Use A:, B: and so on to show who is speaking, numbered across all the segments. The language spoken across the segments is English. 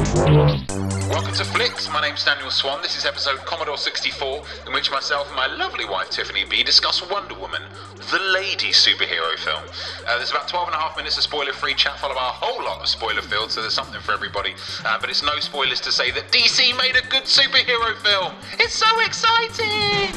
A: Welcome to Flicks. My name's Daniel Swan. This is episode Commodore 64, in which myself and my lovely wife Tiffany B discuss Wonder Woman, the lady superhero film. Uh, there's about 12 and a half minutes of spoiler free chat, followed by a whole lot of spoiler filled, so there's something for everybody. Uh, but it's no spoilers to say that DC made a good superhero film. It's so exciting!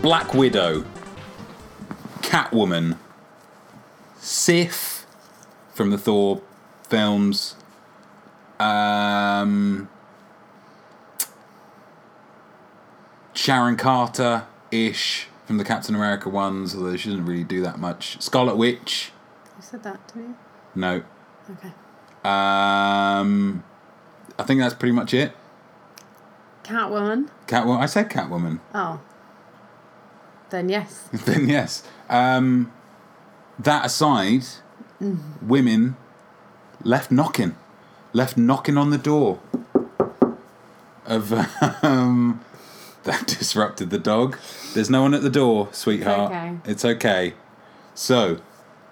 A: Black Widow, Catwoman, Sif from the Thor films, um, Sharon Carter ish from the Captain America ones, although she doesn't really do that much. Scarlet Witch,
B: You said that to me?
A: no.
B: Okay.
A: Um, I think that's pretty much it.
B: Catwoman?
A: Catwoman. I said Catwoman.
B: Oh. Then yes.
A: then yes. Um, that aside, women left knocking, left knocking on the door of. Um, that disrupted the dog. There's no one at the door, sweetheart.
B: okay.
A: It's okay. So,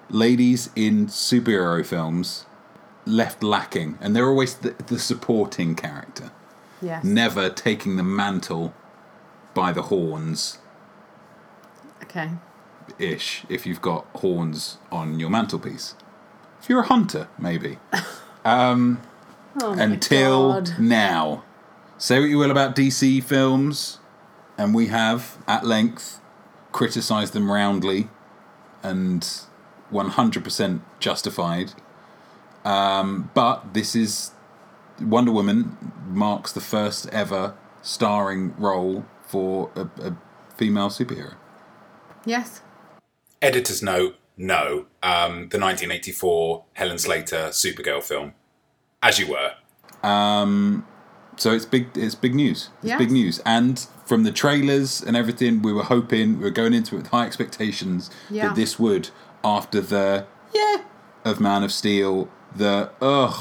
A: ladies in superhero films left lacking, and they're always the, the supporting character
B: Yes.
A: never taking the mantle by the horns
B: Okay.
A: ish if you've got horns on your mantelpiece. If you're a hunter, maybe.
B: Oh my
A: Until
B: God.
A: now. Say what you will about DC films, and we have, at length, criticised them roundly and 100% justified. Um, but this is. Wonder Woman marks the first ever starring role for a, a female superhero.
B: Yes.
C: Editor's note: No, um, the 1984 Helen Slater Supergirl film, as you were.
A: So it's big. It's big news. It's
B: Yes.
A: big news. And from the trailers and everything, we were hoping we were going into it with high expectations
B: Yeah.
A: that this would, after the yeah of Man of Steel, the ugh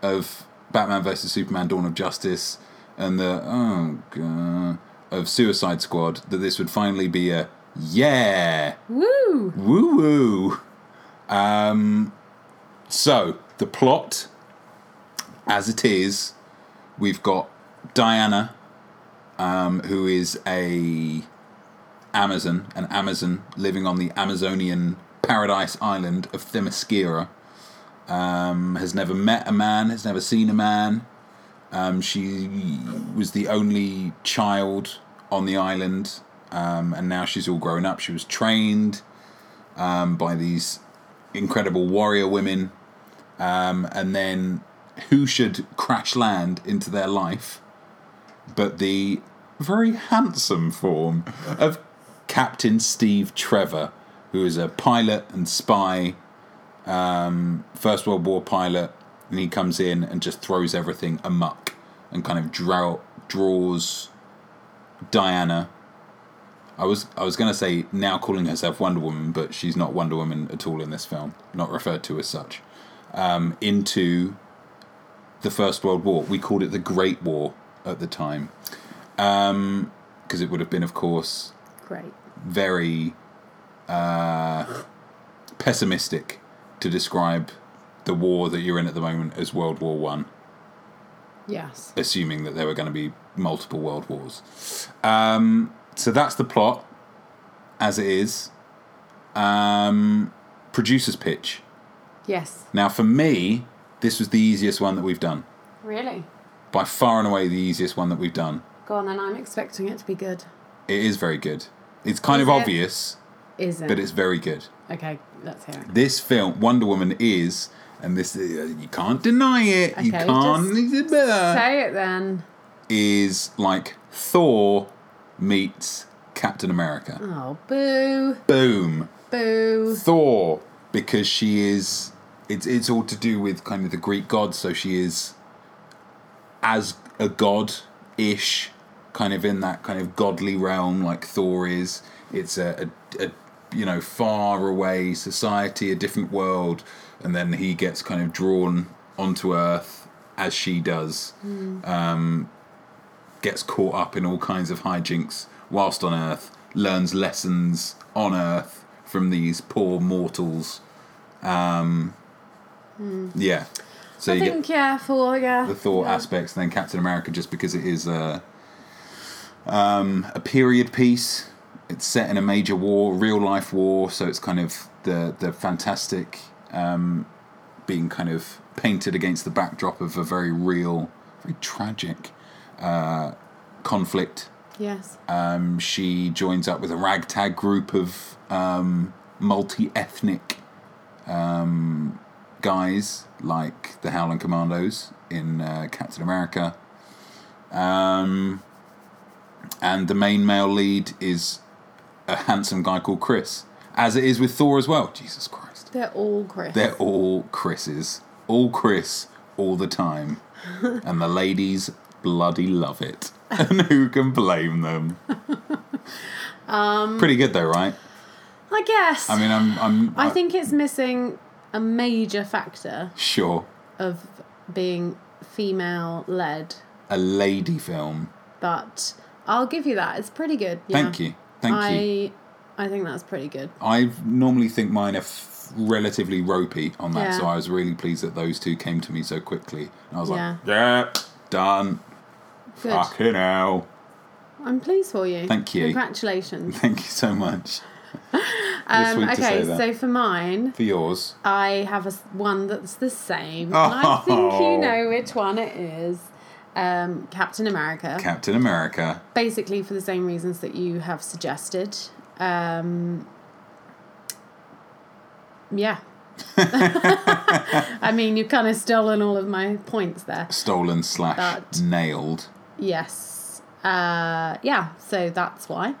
A: of Batman versus Superman: Dawn of Justice, and the oh god of Suicide Squad, that this would finally be a yeah
B: Woo!
A: woo woo. Um, so the plot, as it is, we've got Diana, um, who is a Amazon, an Amazon living on the Amazonian paradise island of Themyscira. Um, has never met a man, has never seen a man. Um, she was the only child on the island, um, and now she's all grown up. She was trained um, by these incredible warrior women, um, and then who should crash land into their life but the very handsome form of Captain Steve Trevor, who is a pilot and spy, um, First World War pilot, and he comes in and just throws everything amuck and kind of draw, draws Diana I was I was going to say now calling herself Wonder Woman, but she's not Wonder Woman at all in this film, not referred to as such. Um, into the First World War, we called it the Great War at the time, because it would have been, of course,
B: Great.
A: very uh, pessimistic to describe the war that you're in at the moment as World War One
B: Yes.
A: assuming that there were going to be multiple world wars. Um, so that's the plot as it is. Um, producer's pitch.
B: Yes.
A: Now, for me, this was the easiest one that we've done.
B: Really?
A: By far and away, the easiest one that we've done.
B: Go on then, I'm expecting it to be good.
A: It is very good. It's kind
B: Is
A: of
B: it?
A: obvious,
B: Is it?
A: but it's very good.
B: Okay, let's hear it.
A: This film, Wonder Woman, is, and this uh, you can't deny it. you
B: Okay,
A: can't.
B: Say it then.
A: is like Thor meets Captain America.
B: Mm. Oh, boo.
A: Boom.
B: Boo.
A: Thor because she is It's it's all to do with kind of the Greek gods. So she is as a god ish, kind of in that kind of godly realm, like Thor is. It's a, a, a you know far away society, a different world, and then he gets kind of drawn onto Earth as she does. Um,
B: Hmm.
A: gets caught up in all kinds of hijinks whilst on Earth. Learns lessons on Earth from these poor mortals. um, Yeah. So
B: Hmm. I
A: you
B: think
A: get
B: yeah, Thor. Yeah.
A: the Thor aspects, and then Captain America, just because it is a, um, a period piece. It's set in a major war, real life war, so it's kind of the the fantastic um, being kind of painted against the backdrop of a very real, very tragic uh, conflict
B: Yes.
A: um, she joins up with a ragtag group of um, multi-ethnic um, guys like the Howling Commandos in uh, Captain America. Um, and the main male lead is a handsome guy called Chris, as it is with Thor as well. Jesus Christ.
B: They're all Chris.
A: They're all Chris's. All Chris, all the time. and the ladies bloody love it. And who can blame them? um, Pretty good though, right?
B: I guess.
A: I mean, uh, I'm, I'm
B: I think it's missing a major factor
A: sure
B: of being female led,
A: a lady film.
B: but I'll give you that. It's pretty good. Yeah.
A: Thank you, thank
B: I
A: you.
B: I think that's pretty good.
A: I normally think mine are f- relatively ropey on that,
B: Yeah.
A: so I was really pleased that those two came to me so quickly. And I was
B: Yeah.
A: like, yeah, done.
B: Good.
A: Fucking hell.
B: I'm pleased for you.
A: Thank you.
B: Congratulations.
A: Thank you so much. You're
B: Um,
A: sweet to say
B: okay,
A: that.
B: so for mine,
A: For yours.
B: I have a s one that's the same. and I think
A: Oh.
B: you know which one it is. Um, Captain America.
A: Captain America.
B: basically for the same reasons that you have suggested. Um, yeah. I mean, you've kind of stolen all of my points there.
A: Stolen slash
B: That-
A: nailed.
B: Yes. Uh, yeah, so that's why.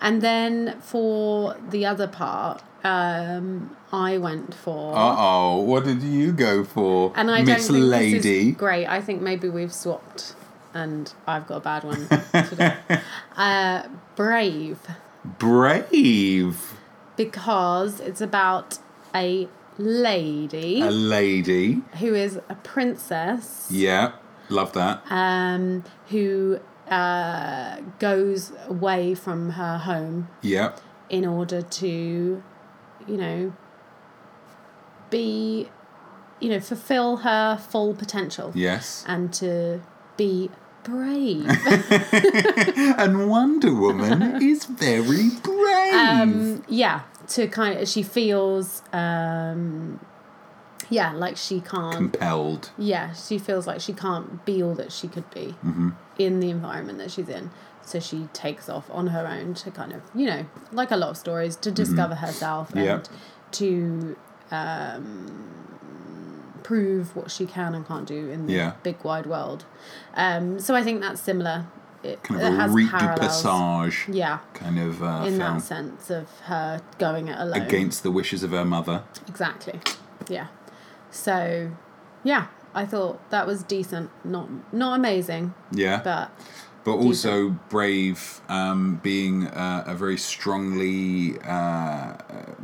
B: And then for the other part, um, I went for.
A: Uh oh, what did you go for?
B: and I
A: Miss
B: don't think
A: Lady.
B: this is great. I think maybe we've swapped, and I've got a bad one today. uh, brave.
A: Brave.
B: because it's about a lady
A: A lady.
B: who is a princess
A: Yeah, love that.
B: um, who uh, goes away from her home
A: yeah,
B: in order to, you know, be, you know, fulfill her full potential
A: yes.
B: and to be brave. Uh-huh.
A: And Wonder Woman is very brave.
B: um, yeah, to kind of, she feels, um, yeah, like she can't.
A: Compelled.
B: yeah, she feels like she can't be all that she could be
A: Mm-hmm.
B: in the environment that she's in. So she takes off on her own to kind of, you know, like a lot of stories, to discover herself and
A: Mm-hmm. Yeah.
B: to um, prove what she can and can't do in the
A: Yeah.
B: big wide world. Um, so I think that's similar. It,
A: Kind
B: it
A: of a
B: has
A: Rite du
B: parallels.
A: Passage
B: Yeah,
A: kind of uh,
B: in
A: film.
B: that sense of her going it alone.
A: Against the wishes of her mother.
B: Exactly. Yeah. So, yeah, I thought that was decent. Not not amazing,
A: Yeah.
B: but
A: but also brave um, being uh, a very strongly uh,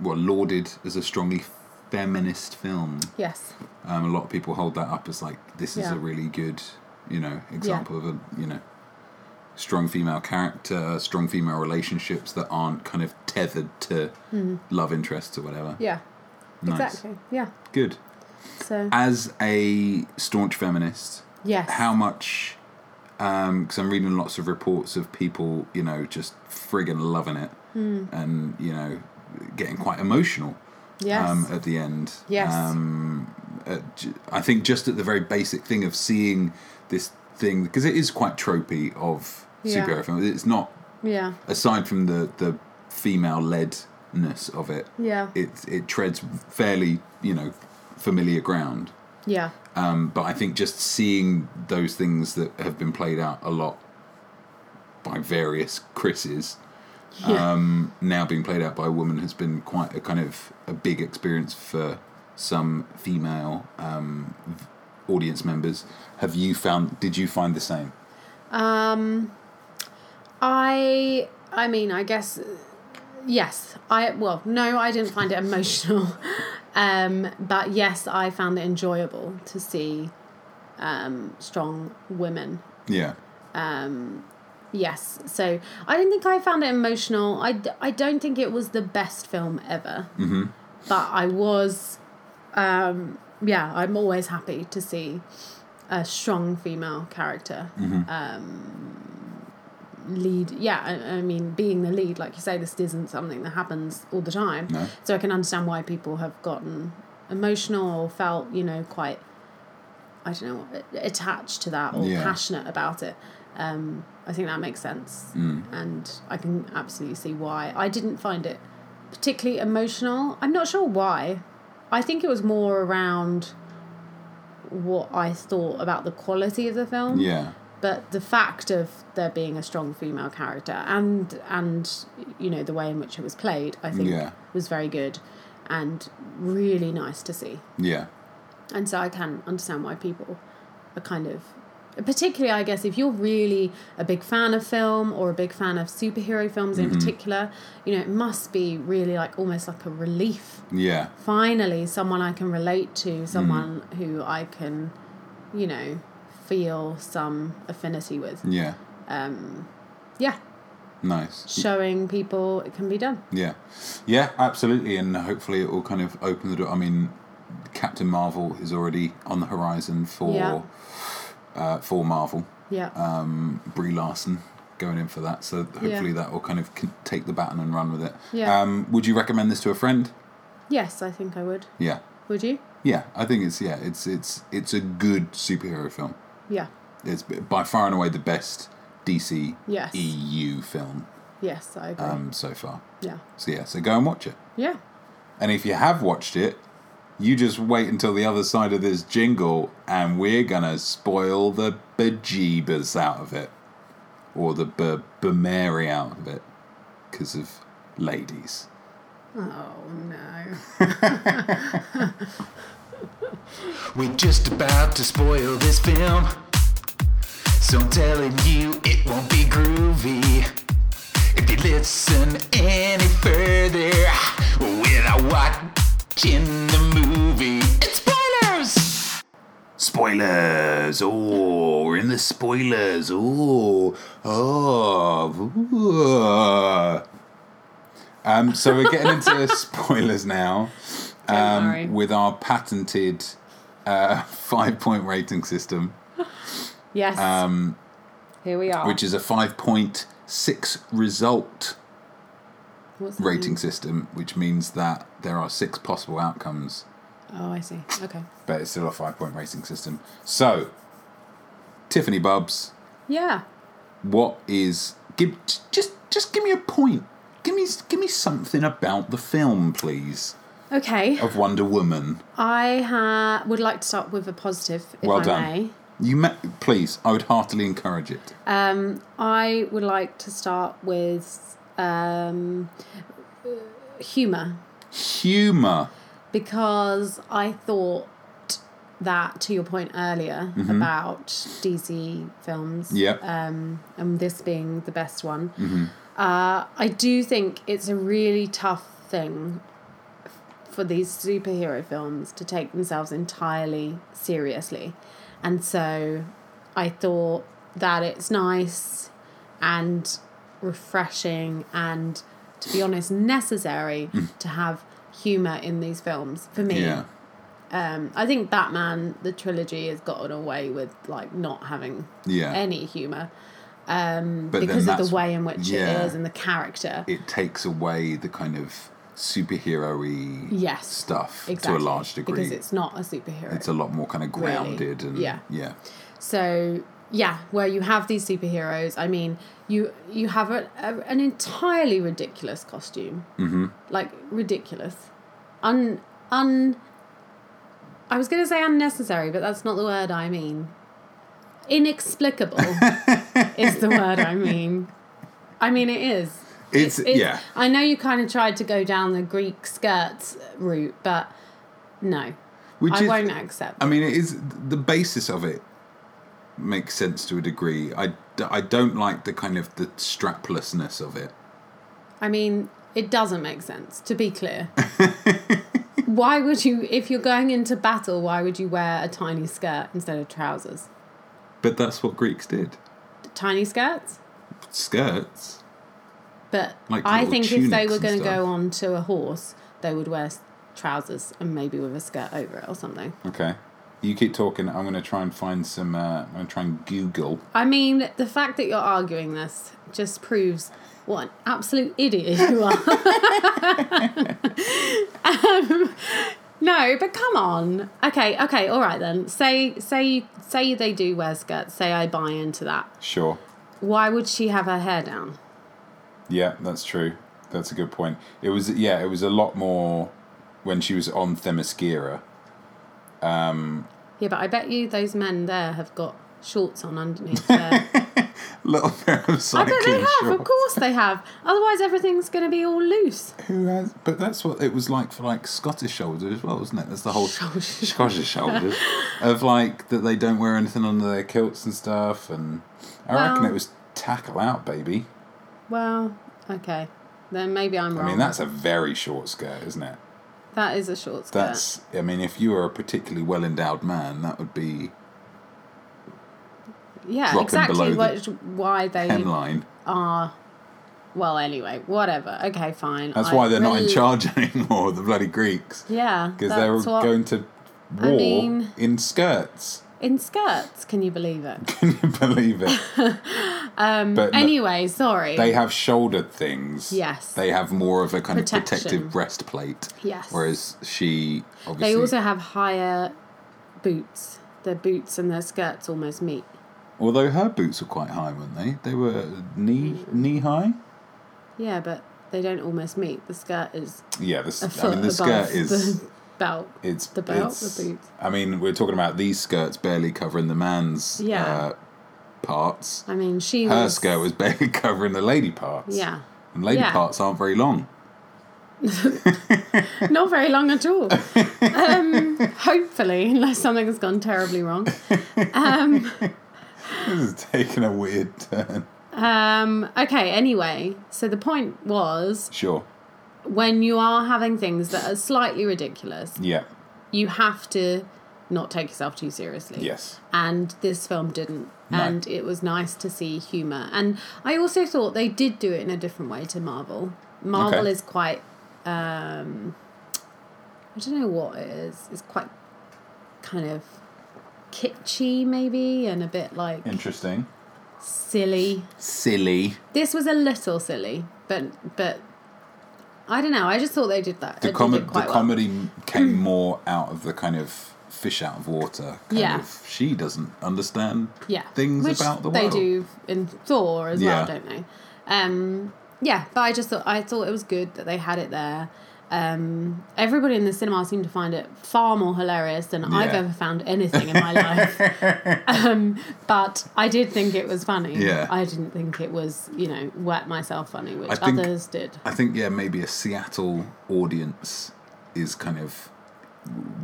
A: well lauded as a strongly feminist film
B: yes,
A: um, a lot of people hold that up as like this is
B: Yeah.
A: a really good you know example of a you know strong female character strong female relationships that aren't kind of tethered to love interests or whatever
B: Hmm. yeah,
A: Nice.
B: exactly. Yeah.
A: good
B: So
A: as a staunch feminist
B: yes.
A: how much because I'm reading lots of reports of people, you know, just friggin' loving it
B: Hmm.
A: and, you know, getting quite emotional
B: Yes.
A: um, at the end.
B: yes.
A: At, ju- I think just at the very basic thing of seeing this thing, because it is quite tropey of
B: Yeah.
A: superhero films. It's not,
B: yeah.
A: aside from the, the female ledness of it,
B: Yeah.
A: it, it treads fairly, you know, familiar ground.
B: yeah.
A: Um, but I think just seeing those things that have been played out a lot by various Chris's
B: yeah.
A: Um, now being played out by a woman has been quite a kind of a big experience for some female um, v- audience members. Have you found? Did you find the same?
B: I I mean, I guess uh, yes. I well, no, I didn't find it emotional. um, but yes, I found it enjoyable to see um, strong women.
A: Yeah.
B: Yes. So I don't think I found it emotional. I, d- I don't think it was the best film ever. Mm-hmm. But I was, um, yeah, I'm always happy to see a strong female character um, lead yeah I, I mean being the lead like you say this isn't something that happens all the time
A: No.
B: so i can understand why people have gotten emotional or felt you know quite i don't know attached to that or
A: Yeah.
B: passionate about it um, i think that makes sense
A: Mm.
B: and i can absolutely see why i didn't find it particularly emotional i'm not sure why i think it was more around what i thought about the quality of the film
A: Yeah.
B: but the fact of there being a strong female character and and you know the way in which it was played i think
A: Yeah.
B: was very good and really nice to see
A: Yeah.
B: and so i can understand why people are kind of particularly i guess if you're really a big fan of film or a big fan of superhero films
A: Mm-hmm.
B: in particular you know it must be really like almost like a relief
A: Yeah.
B: finally someone I can relate
A: Mm.
B: to, someone who I can, you know, feel some affinity with.
A: Yeah.
B: Yeah,
A: Nice.
B: showing people it can be done.
A: Yeah, yeah, absolutely, and hopefully it will kind of open the door. I mean, Captain Marvel is already on the horizon for
B: Yeah.
A: uh, for Marvel.
B: Yeah,
A: Uh, Brie Larson going in for that, so hopefully that will kind of c- take the baton and run with it.
B: Yeah.
A: Um, would you recommend this to a friend?
B: yes, I think I would.
A: Yeah,
B: Would you?
A: yeah, I think it's yeah, it's it's it's a good superhero film.
B: Yeah,
A: It's b- by far and away the best DC
B: Yes.
A: EU film
B: yes, I agree.
A: um, so far.
B: yeah,
A: So yeah, so go and watch it.
B: yeah.
A: And if you have watched it, you just wait until the other side of this jingle and we're gonna spoil the bejeebers out of it. Or the b- bemary out of it. Because of ladies.
B: Oh no.
D: We're just about to spoil this film. So I'm telling you, it won't be groovy. If you listen any further without watching the movie, it's spoilers!
A: Spoilers! Oh, we're in the spoilers. Oh, oh. ooh. Um, so we're getting into spoilers now.
B: Don't worry.
A: um, with our patented uh, five point rating system,
B: yes. Um, Here we are.
A: which is a 5.6 result
B: What's the
A: rating system, which means that there are six possible outcomes,
B: name? Oh, I see. Okay.
A: but it's still a five point rating system. So, Tiffany Bubbs,
B: Yeah.
A: what is. Give, just, just give me a point. Give me, give me something about the film, please,
B: Okay.
A: of Wonder Woman.
B: I ha- would like to start with a positive, if
A: well
B: I
A: done.
B: may.
A: You ma- please, I would heartily encourage it.
B: Um, I would like to start with um, humor
A: Humor.
B: because I thought that to your point earlier
A: Mm-hmm.
B: about DC films
A: Yep.
B: Um, and this being the best one.
A: Mm-hmm.
B: Uh, I do think it's a really tough thing for these superhero films to take themselves entirely seriously. And so I thought that it's nice and refreshing and, to be honest, necessary to have humour in these films for me.
A: Hmm. yeah.
B: Um, I think Batman, the trilogy, has gotten away with like not having
A: Yeah.
B: any humour
A: But
B: because
A: then
B: of
A: that's-
B: the way in which
A: yeah.
B: it is and the character.
A: it takes away the kind of superhero y
B: yes,
A: stuff
B: exactly,
A: to a large degree.
B: because
A: it's,
B: it's not a superhero.
A: a lot more kind of grounded and
B: yeah.
A: yeah.
B: so yeah, where you have these superheroes, I mean, you you have a, a, an entirely ridiculous costume, mm-hmm. like ridiculous, un un. I was going to say unnecessary, but that's not the word I mean. Inexplicable is the word I mean. I mean, it is.
A: It's,
B: It's-
A: yeah.
B: I know you kind of tried to go down the Greek skirts route, but No.
A: Which
B: I
A: is-
B: won't accept.
A: I mean, it is the basis of it makes sense to a degree. I, d- I don't like the kind of the straplessness of it.
B: I mean, it doesn't make sense, to be clear. why would you, if you're going into battle, why would you wear a tiny skirt instead of trousers?
A: But that's what Greeks did.
B: Tiny skirts?
A: Skirts.
B: But
A: Like
B: I
A: little
B: think if they
A: tunics
B: were
A: and
B: going to
A: stuff.
B: go on to a horse, they would wear s- trousers and maybe with a skirt over it or something.
A: Okay. You keep talking. I'm going to try and find some. Uh, I'm going to try and Google.
B: I mean, the fact that you're arguing this just proves what an absolute idiot you are. um, no, but come on. Okay, okay, all right then. Say, say, say they do wear skirts. Say I buy into that.
A: Sure.
B: Why would she have her hair down?
A: Yeah, that's true. That's a good point. It was yeah, it was a lot more when she was on Themyscira.
B: Yeah, but I bet you those men there have got shorts on underneath their
A: Little pair of
B: I bet they
A: cycling
B: have. Of
A: shorts.
B: course they have. Otherwise, everything's going to be all loose.
A: Who has? But that's what it was like for like Scottish shoulders as well, wasn't it? That's the whole
B: Shoulders.
A: Scottish shoulders of like that they don't wear anything under their kilts and stuff. And I reckon
B: Well-
A: it was tackle out, baby.
B: Well, okay. Then maybe I'm
A: I
B: wrong.
A: mean, that's a very short skirt, isn't it?
B: that is a short skirt.
A: That's. I mean, if you were a particularly well endowed man, that would be
B: yeah,
A: dropping below
B: exactly.
A: the
B: What, why they
A: hemline.
B: are. Well, anyway, whatever. Okay, fine.
A: That's
B: I
A: why they're not in
B: really-
A: charge anymore. The bloody Greeks.
B: Yeah,
A: because they were
B: that's what-
A: going to war
B: mean-
A: in skirts.
B: in skirts. Can you believe it?
A: Can you believe it? um, but no,
B: anyway, sorry.
A: they have shouldered things.
B: Yes.
A: they have more of a kind of
B: Protection.
A: protective breastplate.
B: Yes.
A: whereas she obviously
B: they also have higher boots. Their boots and their skirts almost meet.
A: although her boots were quite high, weren't they? They were knee knee high.
B: Yeah, but they don't almost meet. The skirt is
A: Yeah, this
B: a
A: I
B: foot
A: mean the
B: above
A: skirt is.
B: the belt.
A: It's
B: the belt,
A: it's-
B: the boots.
A: I mean, we're talking about these skirts barely covering the man's
B: Yeah.
A: uh, parts.
B: I mean, she
A: Her
B: was.
A: skirt was barely covering the lady parts.
B: Yeah.
A: and lady
B: Yeah.
A: parts aren't very long.
B: Not very long at all. um, hopefully, unless something has gone terribly wrong.
A: This is taking a weird turn.
B: Um, okay, anyway, so the point was
A: Sure.
B: when you are having things that are slightly ridiculous,
A: Yeah.
B: you have to not take yourself too seriously.
A: Yes.
B: And this film didn't.
A: No.
B: And it was nice to see humour. And I also thought they did do it in a different way to Marvel. Marvel
A: Okay.
B: is quite, um, I don't know what it is. It's quite kind of kitschy, maybe, and a bit like
A: Interesting.
B: silly.
A: Silly.
B: This was a little silly, but but I don't know. I just thought they did that.
A: The,
B: they
A: com-
B: did it
A: the
B: quite well.
A: comedy came more out of the kind of fish out of water kind
B: Yeah.
A: of she doesn't understand
B: yeah.
A: things
B: Which
A: about the
B: they
A: world.
B: do in Thor as
A: Yeah.
B: well, don't they? Um, yeah, but I just thought I thought it was good that they had it there. Um, everybody in the cinema seemed to find it far more hilarious than I've
A: Yeah.
B: ever found anything in my life. Um, but I did think it was funny.
A: Yeah.
B: I didn't think it was, you know, wet myself funny, which
A: I think-
B: others did.
A: I think yeah, maybe a Seattle audience is kind of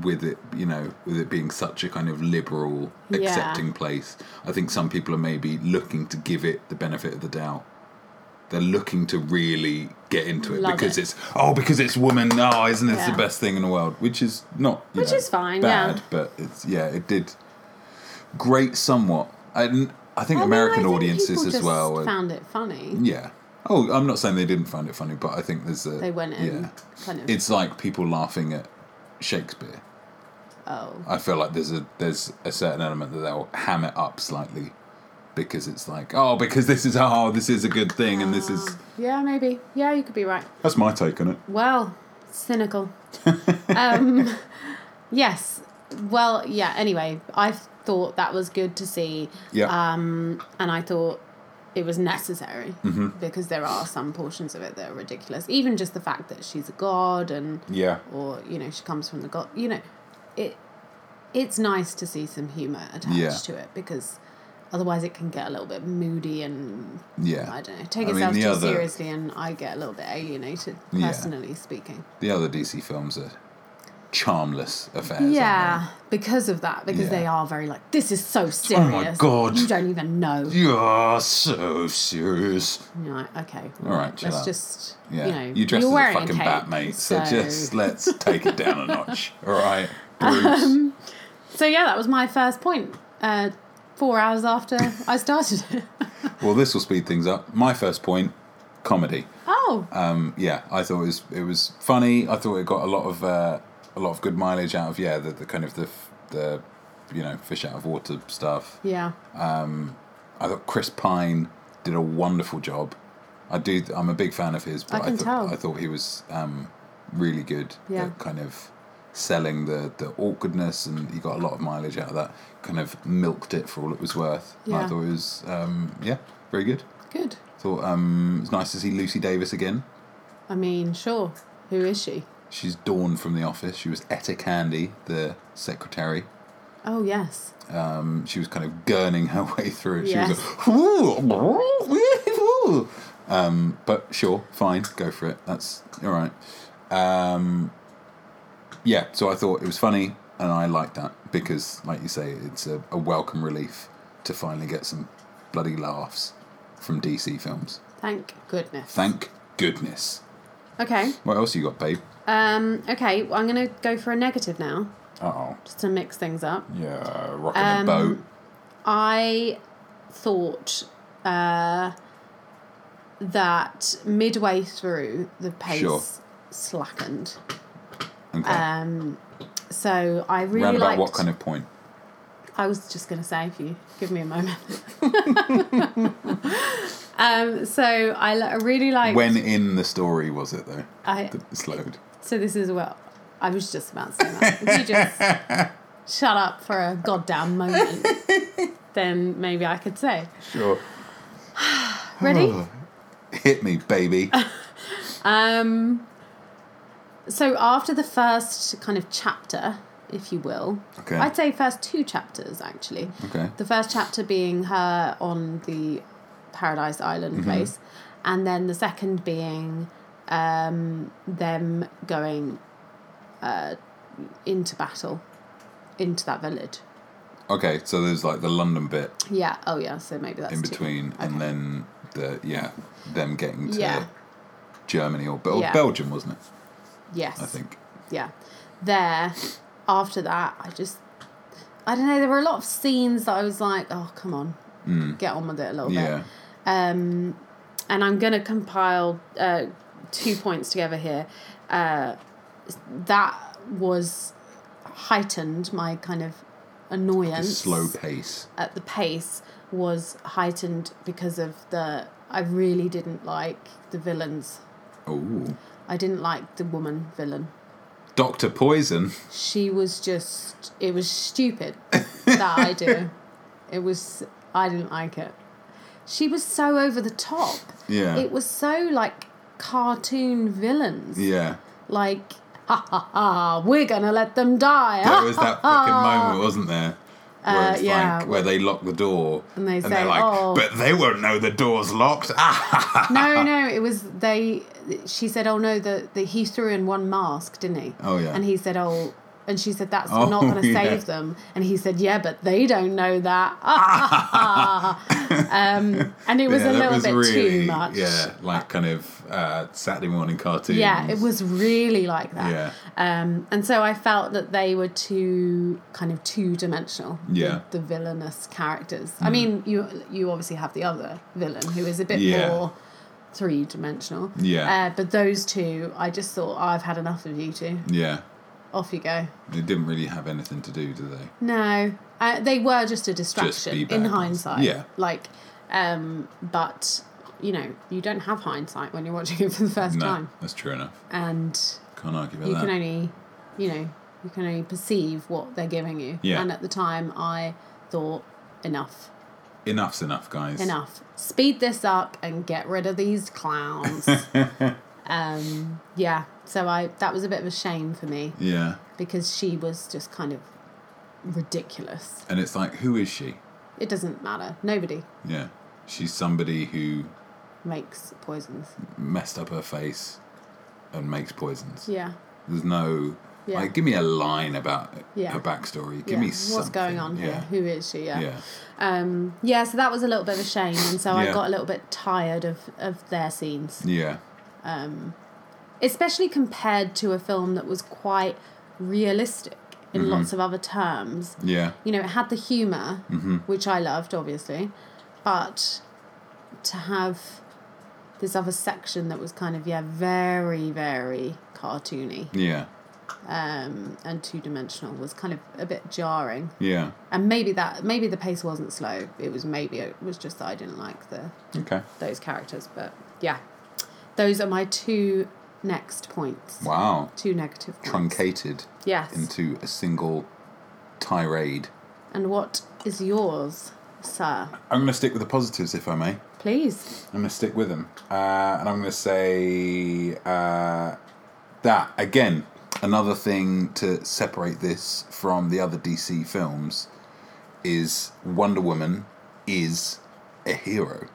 A: with it, you know, with it being such a kind of liberal,
B: Yeah.
A: accepting place. I think some people are maybe looking to give it the benefit of the doubt. They're looking to really get into it
B: Love
A: because
B: it.
A: it's oh because it's woman oh isn't this the
B: Yeah.
A: best thing in the world which is not you
B: Which
A: know,
B: is fine,
A: bad
B: yeah.
A: but it's yeah it did great somewhat and I think
B: I mean, I
A: American
B: think
A: audiences
B: people
A: as
B: just
A: well uh, are-
B: found it funny.
A: yeah. Oh, I'm not saying they didn't find it funny, but I think there's a.
B: They went in
A: Yeah.
B: kind of
A: It's like people laughing at Shakespeare.
B: oh
A: I feel like there's a there's a certain element that they'll ham it up slightly, because it's like oh because this is oh this is a good thing and this is
B: yeah maybe yeah you could be right.
A: that's my take on it.
B: Well, cynical. um, yes. Well, yeah. Anyway, I thought that was good to see, Um,
A: Yeah.
B: and I thought it was necessary
A: Mm-hmm.
B: because there are some portions of it that are ridiculous. Even just the fact that she's a god, and
A: yeah.
B: or you know she comes from the god. You know, it it's nice to see some humor attached
A: Yeah.
B: to it because otherwise it can get a little bit moody and
A: Yeah.
B: I don't know take
A: I mean,
B: itself
A: the
B: too
A: other-
B: seriously, and I get a little bit alienated
A: Yeah.
B: personally speaking.
A: The other DC films are charmless affairs. aren't
B: Yeah, because of that, because they
A: Yeah.
B: are very like, this is so serious.
A: Oh my God.
B: You don't even know.
A: they? You're so serious.
B: You're like, okay.
A: All right, chill
B: Let's
A: out.
B: just,
A: Yeah,
B: you know,
A: you dressed
B: you're
A: as
B: wearing
A: a fucking
B: cape,
A: bat, mate. So,
B: so-
A: just let's take it down a notch. All right, Bruce.
B: So yeah, that was my first point. Uh, four hours after I started it.
A: well, this will speed things up. My first point: comedy.
B: Oh,
A: Um, yeah, I thought it was it was funny. I thought it got a lot of uh, a lot of good mileage out of yeah the, the kind of the f- the you know fish out of water stuff.
B: yeah.
A: I thought Chris Pine did a wonderful job. I do. I'm a big fan of his. But I,
B: can
A: thought,
B: tell.
A: I thought he was um, really good.
B: Yeah.
A: At kind of selling the the awkwardness, and he got a lot of mileage out of that. Kind of milked it for all it was worth. And I
B: Yeah.
A: thought it was um, yeah very good.
B: Good.
A: Thought um, it's nice to see Lucy Davis again.
B: I mean, sure. Who is she?
A: She's Dawn from The Office. She was Etta Candy, the secretary.
B: Oh yes.
A: Um, she was kind of gurning her way through it. She was
B: Yes.
A: like, "Ooh, ooh, ooh." um, but sure, fine, go for it. That's all right. Um, yeah, so I thought it was funny, and I liked that because, like you say, it's a, a welcome relief to finally get some bloody laughs from DC films.
B: Thank goodness.
A: Thank goodness.
B: Okay.
A: What else you got, babe?
B: Um, okay. Well, I'm gonna go for a negative now,
A: Uh oh.
B: just to mix things up.
A: Yeah, rocking
B: Um,
A: the boat.
B: I thought uh, that midway through the pace
A: Sure.
B: slackened.
A: Okay.
B: Um, so I really
A: Round about
B: liked.
A: what kind of point?
B: I was just going to say, if you give me a moment. um, so I li- I Uh, really like.
A: When in the story was it though?
B: I,
A: That it slowed.
B: so this is well. I was just about to say that. If you just shut up for a goddamn moment, then maybe I could say.
A: Sure. Oh,
B: Ready?
A: Hit me, baby.
B: Um, so after the first kind of chapter, if you will,
A: Okay.
B: I'd say first two chapters actually.
A: Okay.
B: The first chapter being her on the Paradise Island
A: Mm-hmm.
B: place, and then the second being um, them going uh, into battle, into that village.
A: Okay, so there's like the London bit
B: Yeah. Oh, yeah. So maybe that's
A: in
B: two.
A: between, and then the yeah, them getting to
B: Yeah.
A: Germany or, Bel
B: Yeah.
A: Belgium, wasn't it?
B: Yes.
A: I think.
B: yeah there after that i just i don't know there were a lot of scenes that i was like oh come on get on with it a little
A: Hmm. Yeah.
B: bit um and i'm gonna compile uh two points together here uh that was heightened my kind of
A: The
B: annoyance
A: slow pace.
B: at the pace was heightened because of the i really didn't like the villains
A: Oh,
B: i didn't like the woman villain
A: Doctor Poison.
B: she was just it was stupid that I do. It was I didn't like it. She was so over the top.
A: Yeah.
B: It was so like cartoon villains.
A: Yeah.
B: Like ha ha ha, we're gonna let them die.
A: There was that fucking moment, wasn't there? Where
B: Uh,
A: it's
B: yeah.
A: like where they lock the door
B: And they
A: are
B: say,
A: like,
B: "Oh."
A: but they won't know the door's locked. Ah,
B: no, no, it was they. She said, "Oh no, the, the he threw in one mask, didn't he?"
A: Oh, yeah.
B: And he said, "Oh," and she said, "That's
A: Oh,
B: not going to
A: yeah.
B: save them." And he said, "Yeah, but they don't know that." um, and it was a little bit too much.
A: Yeah, like kind of uh, Saturday morning cartoon.
B: Yeah, it was really like that.
A: Yeah.
B: Um, and so I felt that they were too kind of two dimensional.
A: Yeah. Mm.
B: The, the villainous characters. I mean, you you obviously have the other villain who is a bit
A: Yeah.
B: more three dimensional.
A: Yeah.
B: Uh, but those two, I just thought "Oh, I've had enough of you two.
A: Yeah,
B: Off you go.
A: they didn't really have anything to do, did they?
B: No, uh, they were just a distraction
A: be
B: in
A: bad guys.
B: hindsight.
A: Yeah.
B: Like, um, but you know, you don't have hindsight when you're watching it for the first
A: no,
B: time,
A: that's true enough.
B: and
A: Can't argue with
B: you
A: that.
B: can only you know you can only perceive what they're giving you
A: Yeah.
B: and at the time i thought enough
A: Enough's enough, guys.
B: enough speed this up and get rid of these clowns um yeah so i that was a bit of a shame for me
A: Yeah,
B: because she was just kind of ridiculous
A: and it's like, who is she?
B: it doesn't matter nobody
A: Yeah, she's somebody who
B: makes poisons
A: messed up her face and makes poisons.
B: yeah
A: There's no
B: Yeah.
A: Like, give me a line about
B: Yeah.
A: her backstory. Give
B: yeah.
A: me something.
B: What's going on here?
A: Yeah.
B: Who is she? Yeah.
A: Yeah.
B: Um, yeah, so that was a little bit of a shame, and so I
A: Yeah.
B: got a little bit tired of, of their scenes,
A: Yeah.
B: especially compared to a film that was quite realistic in lots of other terms.
A: Yeah.
B: You know, it had the humor which I loved, obviously, but to have this other section that was kind of yeah, very very cartoony
A: Yeah.
B: um, and two dimensional was kind of a bit jarring.
A: Yeah.
B: And maybe that maybe the pace wasn't slow. It was maybe it was just that I didn't like the
A: Okay.
B: those characters. But yeah, those are my two next points.
A: Wow.
B: Two negative points.
A: Truncated
B: Yes.
A: into a single tirade.
B: and what is yours, sir?
A: I'm going to stick with the positives, if I may.
B: Please.
A: I'm going to stick with them. Uh, and I'm going to say uh, that, again, another thing to separate this from the other DC films is Wonder Woman is a hero.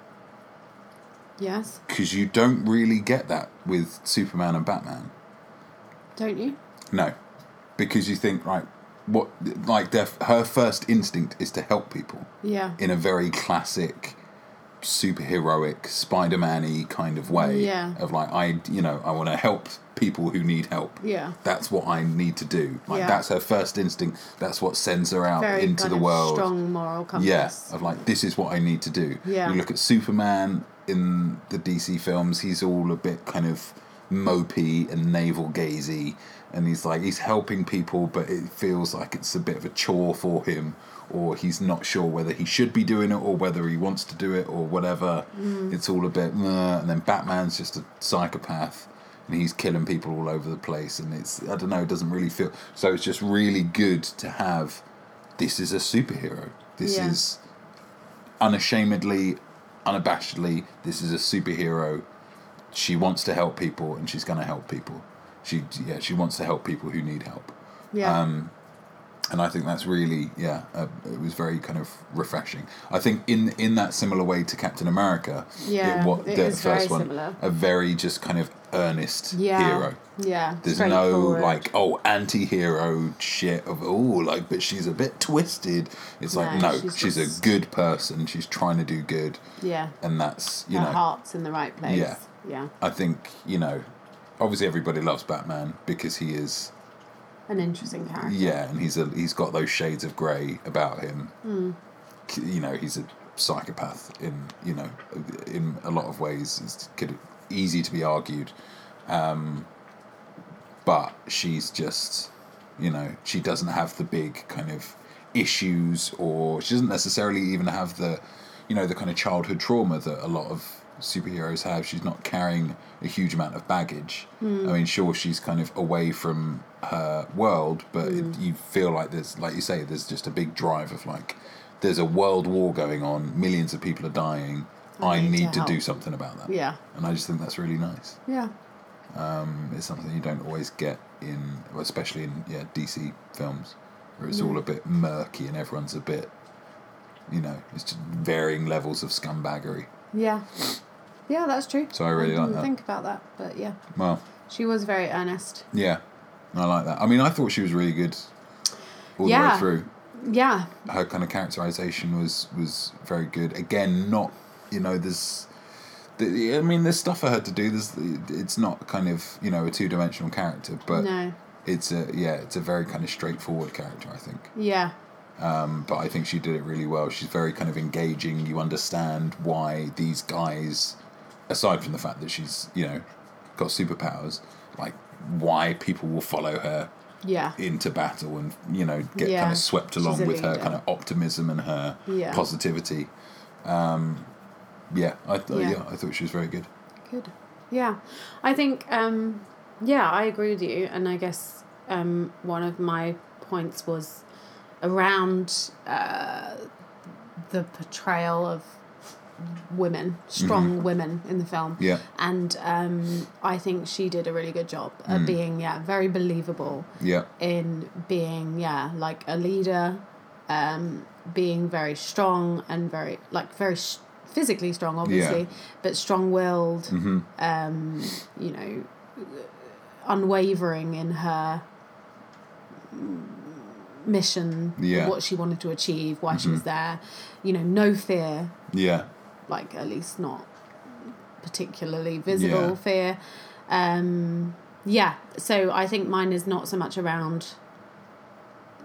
B: Yes.
A: Because you don't really get that with Superman and Batman.
B: Don't you?
A: No, because you think right, what like their her first instinct is to help people
B: Yeah.
A: in a very classic superheroic Spider-Man-y kind of way
B: Yeah.
A: of like I you know I want to help people who need help.
B: Yeah.
A: That's what I need to do. Like
B: Yeah.
A: that's her first instinct. That's what sends her out
B: Very
A: into
B: kind
A: the
B: of
A: world.
B: strong moral compass.
A: Yeah, of like this is what I need to do.
B: Yeah.
A: You look at Superman in the DC films; he's all a bit kind of mopey and navel gazy, and he's like he's helping people, but it feels like it's a bit of a chore for him, or he's not sure whether he should be doing it or whether he wants to do it or whatever. It's all a bit, "Meh," and then Batman's just a psychopath. And he's killing people all over the place, and it's I don't know. It doesn't really feel so. It's just really good to have this is a superhero. This
B: Yeah.
A: is unashamedly, unabashedly, this is a superhero. She wants to help people, and she's going to help people. She yeah, she wants to help people who need help,
B: Yeah.
A: Um, and I think that's really yeah, uh, it was very kind of refreshing. I think in in that similar way to Captain America,
B: Yeah,
A: wa-
B: it is very similar.
A: a very just kind of earnest
B: yeah.
A: hero.
B: Yeah.
A: There's no
B: straightforward.
A: like oh anti-hero shit of oh like but she's a bit twisted. It's like
B: No,
A: no,
B: she's
A: she's,
B: just-
A: a good person. She's trying to do good,
B: Yeah.
A: and that's uh, you
B: Her
A: know
B: heart's in the right place.
A: Yeah.
B: Yeah.
A: I think you know obviously everybody loves Batman because he is
B: An interesting character.
A: yeah, and he's a he's got those shades of grey about him.
B: Hmm.
A: C- You know he's a psychopath in you know in a lot of ways. It's could easy to be argued, but she's just you know she doesn't have the big kind of issues or she doesn't necessarily even have the you know the kind of childhood trauma that a lot of superheroes have she's not carrying a huge amount of baggage i
B: Hmm.
A: mean sure she's kind of away from her world but
B: Hmm.
A: it, you feel like there's like you say there's just a big drive of like there's a world war going on millions of people are dying i,
B: need
A: need,
B: to
A: to, do
B: help.
A: something about that
B: Yeah.
A: and i just think that's really nice
B: Yeah.
A: it's something you don't always get in, well, especially in yeah DC films, where it's all a bit murky and everyone's a bit, you know, it's just varying levels of scumbaggery.
B: Yeah. Yeah, that's true.
A: So I really like
B: didn't
A: that.
B: think about that, but yeah.
A: Well,
B: She was very earnest.
A: yeah, I like that. I mean, I thought she was really good all the
B: Yeah.
A: way through.
B: Yeah.
A: Her kind of characterization was was very good. Again, not you know, there's. the- I mean, there's stuff for her to do. There's, it's not kind of you know a two dimensional character, but
B: No.
A: it's a yeah, it's a very kind of straightforward character. I think.
B: Yeah.
A: but I think she did it really well. She's very kind of engaging. You understand why these guys, aside from the fact that she's you know got superpowers, like why people will follow her
B: Yeah.
A: into battle and you know get
B: Yeah.
A: kind of swept
B: She's
A: along
B: a
A: with her
B: leader.
A: kind of optimism and her
B: Yeah.
A: positivity. Um, yeah, I th-
B: Yeah.
A: yeah, I thought she was very good.
B: Good. Yeah. I think um yeah, I agree with you and I guess um one of my points was around uh the portrayal of women, strong women in the film.
A: Yeah.
B: And um I think she did a really good job at being yeah, very believable.
A: Yeah,
B: in being yeah like a leader um being very strong and very like very sh- physically strong obviously but strong-willed um you know unwavering in her mission,
A: Yeah.
B: what she wanted to achieve, why she was there. You know, no fear,
A: Yeah.
B: like at least not particularly visible
A: Yeah.
B: fear. Um, yeah, so I think mine is not so much around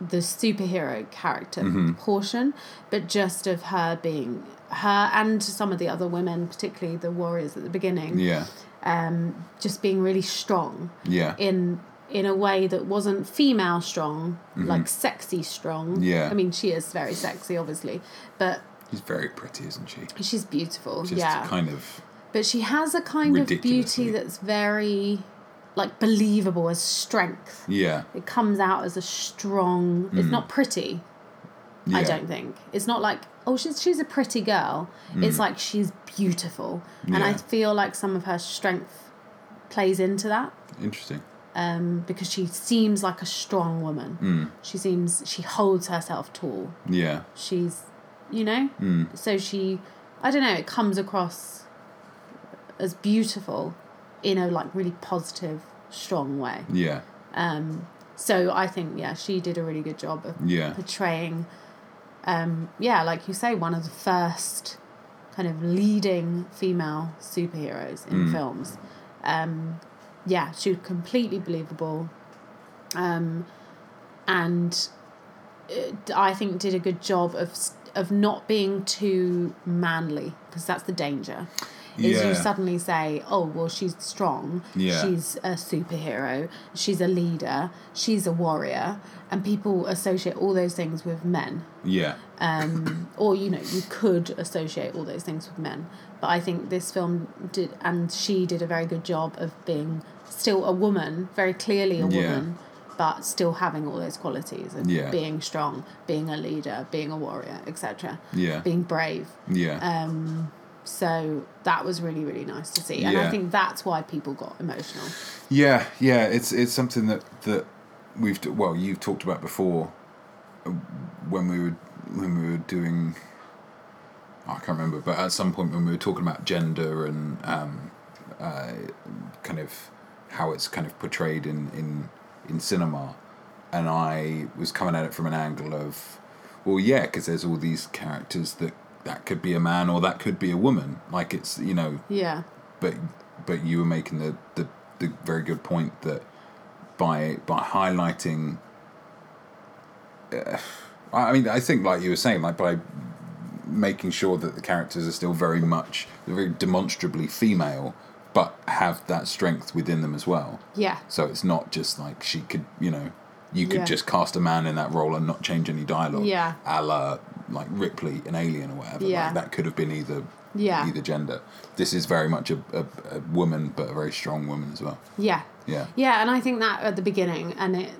B: the superhero character
A: Mm-hmm.
B: portion, but just of her being her and some of the other women, particularly the warriors at the beginning,
A: Yeah.
B: um, just being really strong
A: Yeah.
B: in in a way that wasn't female strong, like sexy strong.
A: Mm-hmm. Yeah.
B: I mean, she is very sexy, obviously, but
A: She's very pretty, isn't she?
B: she's beautiful.
A: Just
B: yeah.
A: kind of.
B: But she has a kind of beauty
A: Ridiculously.
B: that's very, like, believable as strength.
A: Yeah.
B: It comes out as a strong. It's not pretty.
A: Mm. yeah.
B: I don't think it's not like oh she's she's a pretty girl. It's like she's beautiful, and I
A: Mm. Yeah.
B: feel like some of her strength plays into that
A: Interesting.
B: um, because she seems like a strong woman.
A: Mm.
B: She seems she holds herself tall.
A: Yeah.
B: She's, you know, so she, I don't know. It comes across as beautiful in a like really positive, strong way.
A: Yeah.
B: So I think yeah, she did a really good job of
A: Yeah.
B: portraying, um, yeah, like you say, one of the first kind of leading female superheroes in
A: Mm.
B: films. Um, yeah, she was completely believable, um, and it, I think did a good job of s- of not being too manly because that's the danger. Is
A: Yeah.
B: you suddenly say, "Oh, well, she's strong.
A: Yeah.
B: She's a superhero. She's a leader. She's a warrior." And people associate all those things with men
A: Yeah.
B: or you know you could associate all those things with men but i think this film did and she did a very good job of being still a woman very clearly a
A: Yeah.
B: woman but still having all those qualities of
A: Yeah.
B: being strong being a leader being a warrior etc
A: Yeah.
B: being brave
A: Yeah.
B: so that was really really nice to see and i
A: Yeah.
B: think that's why people got emotional
A: Yeah, yeah, it's it's something that that we've t- well you've talked about before uh, when we were when we were doing I can't remember, but at some point when we were talking about gender and um, uh, kind of how it's kind of portrayed in in in cinema, and I was coming at it from an angle of well, yeah, because there's all these characters that that could be a man or that could be a woman, like it's you know
B: yeah
A: but but you were making the, the, the very good point that by by highlighting uh, I I mean I think like you were saying like by making sure that the characters are still very much very demonstrably female but have that strength within them as well
B: yeah
A: so it's not just like she could you know you could
B: Yeah.
A: just cast a man in that role and not change any dialogue
B: Yeah.
A: a la like Ripley in Alien or whatever
B: Yeah.
A: like that could have been either
B: Yeah.
A: either gender. This is very much a, a, a woman, but a very strong woman as well.
B: Yeah.
A: Yeah.
B: Yeah, and I think that at the beginning, and it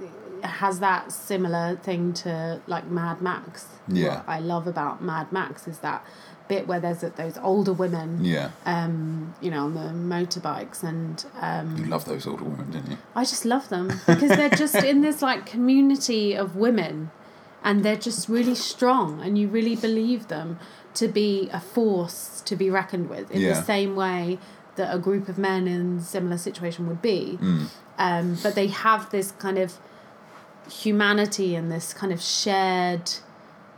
B: has that similar thing to like Mad Max.
A: Yeah.
B: What I love about Mad Max is that bit where there's uh, those older women,
A: Yeah,
B: um, you know, on the motorbikes, and um,
A: you love those older women, didn't you?
B: I just love them because they're just in this like community of women, and they're just really strong, and you really believe them to be a force to be reckoned with in
A: Yeah.
B: the same way that a group of men in similar situation would be. Um, but they have this kind of humanity and this kind of shared,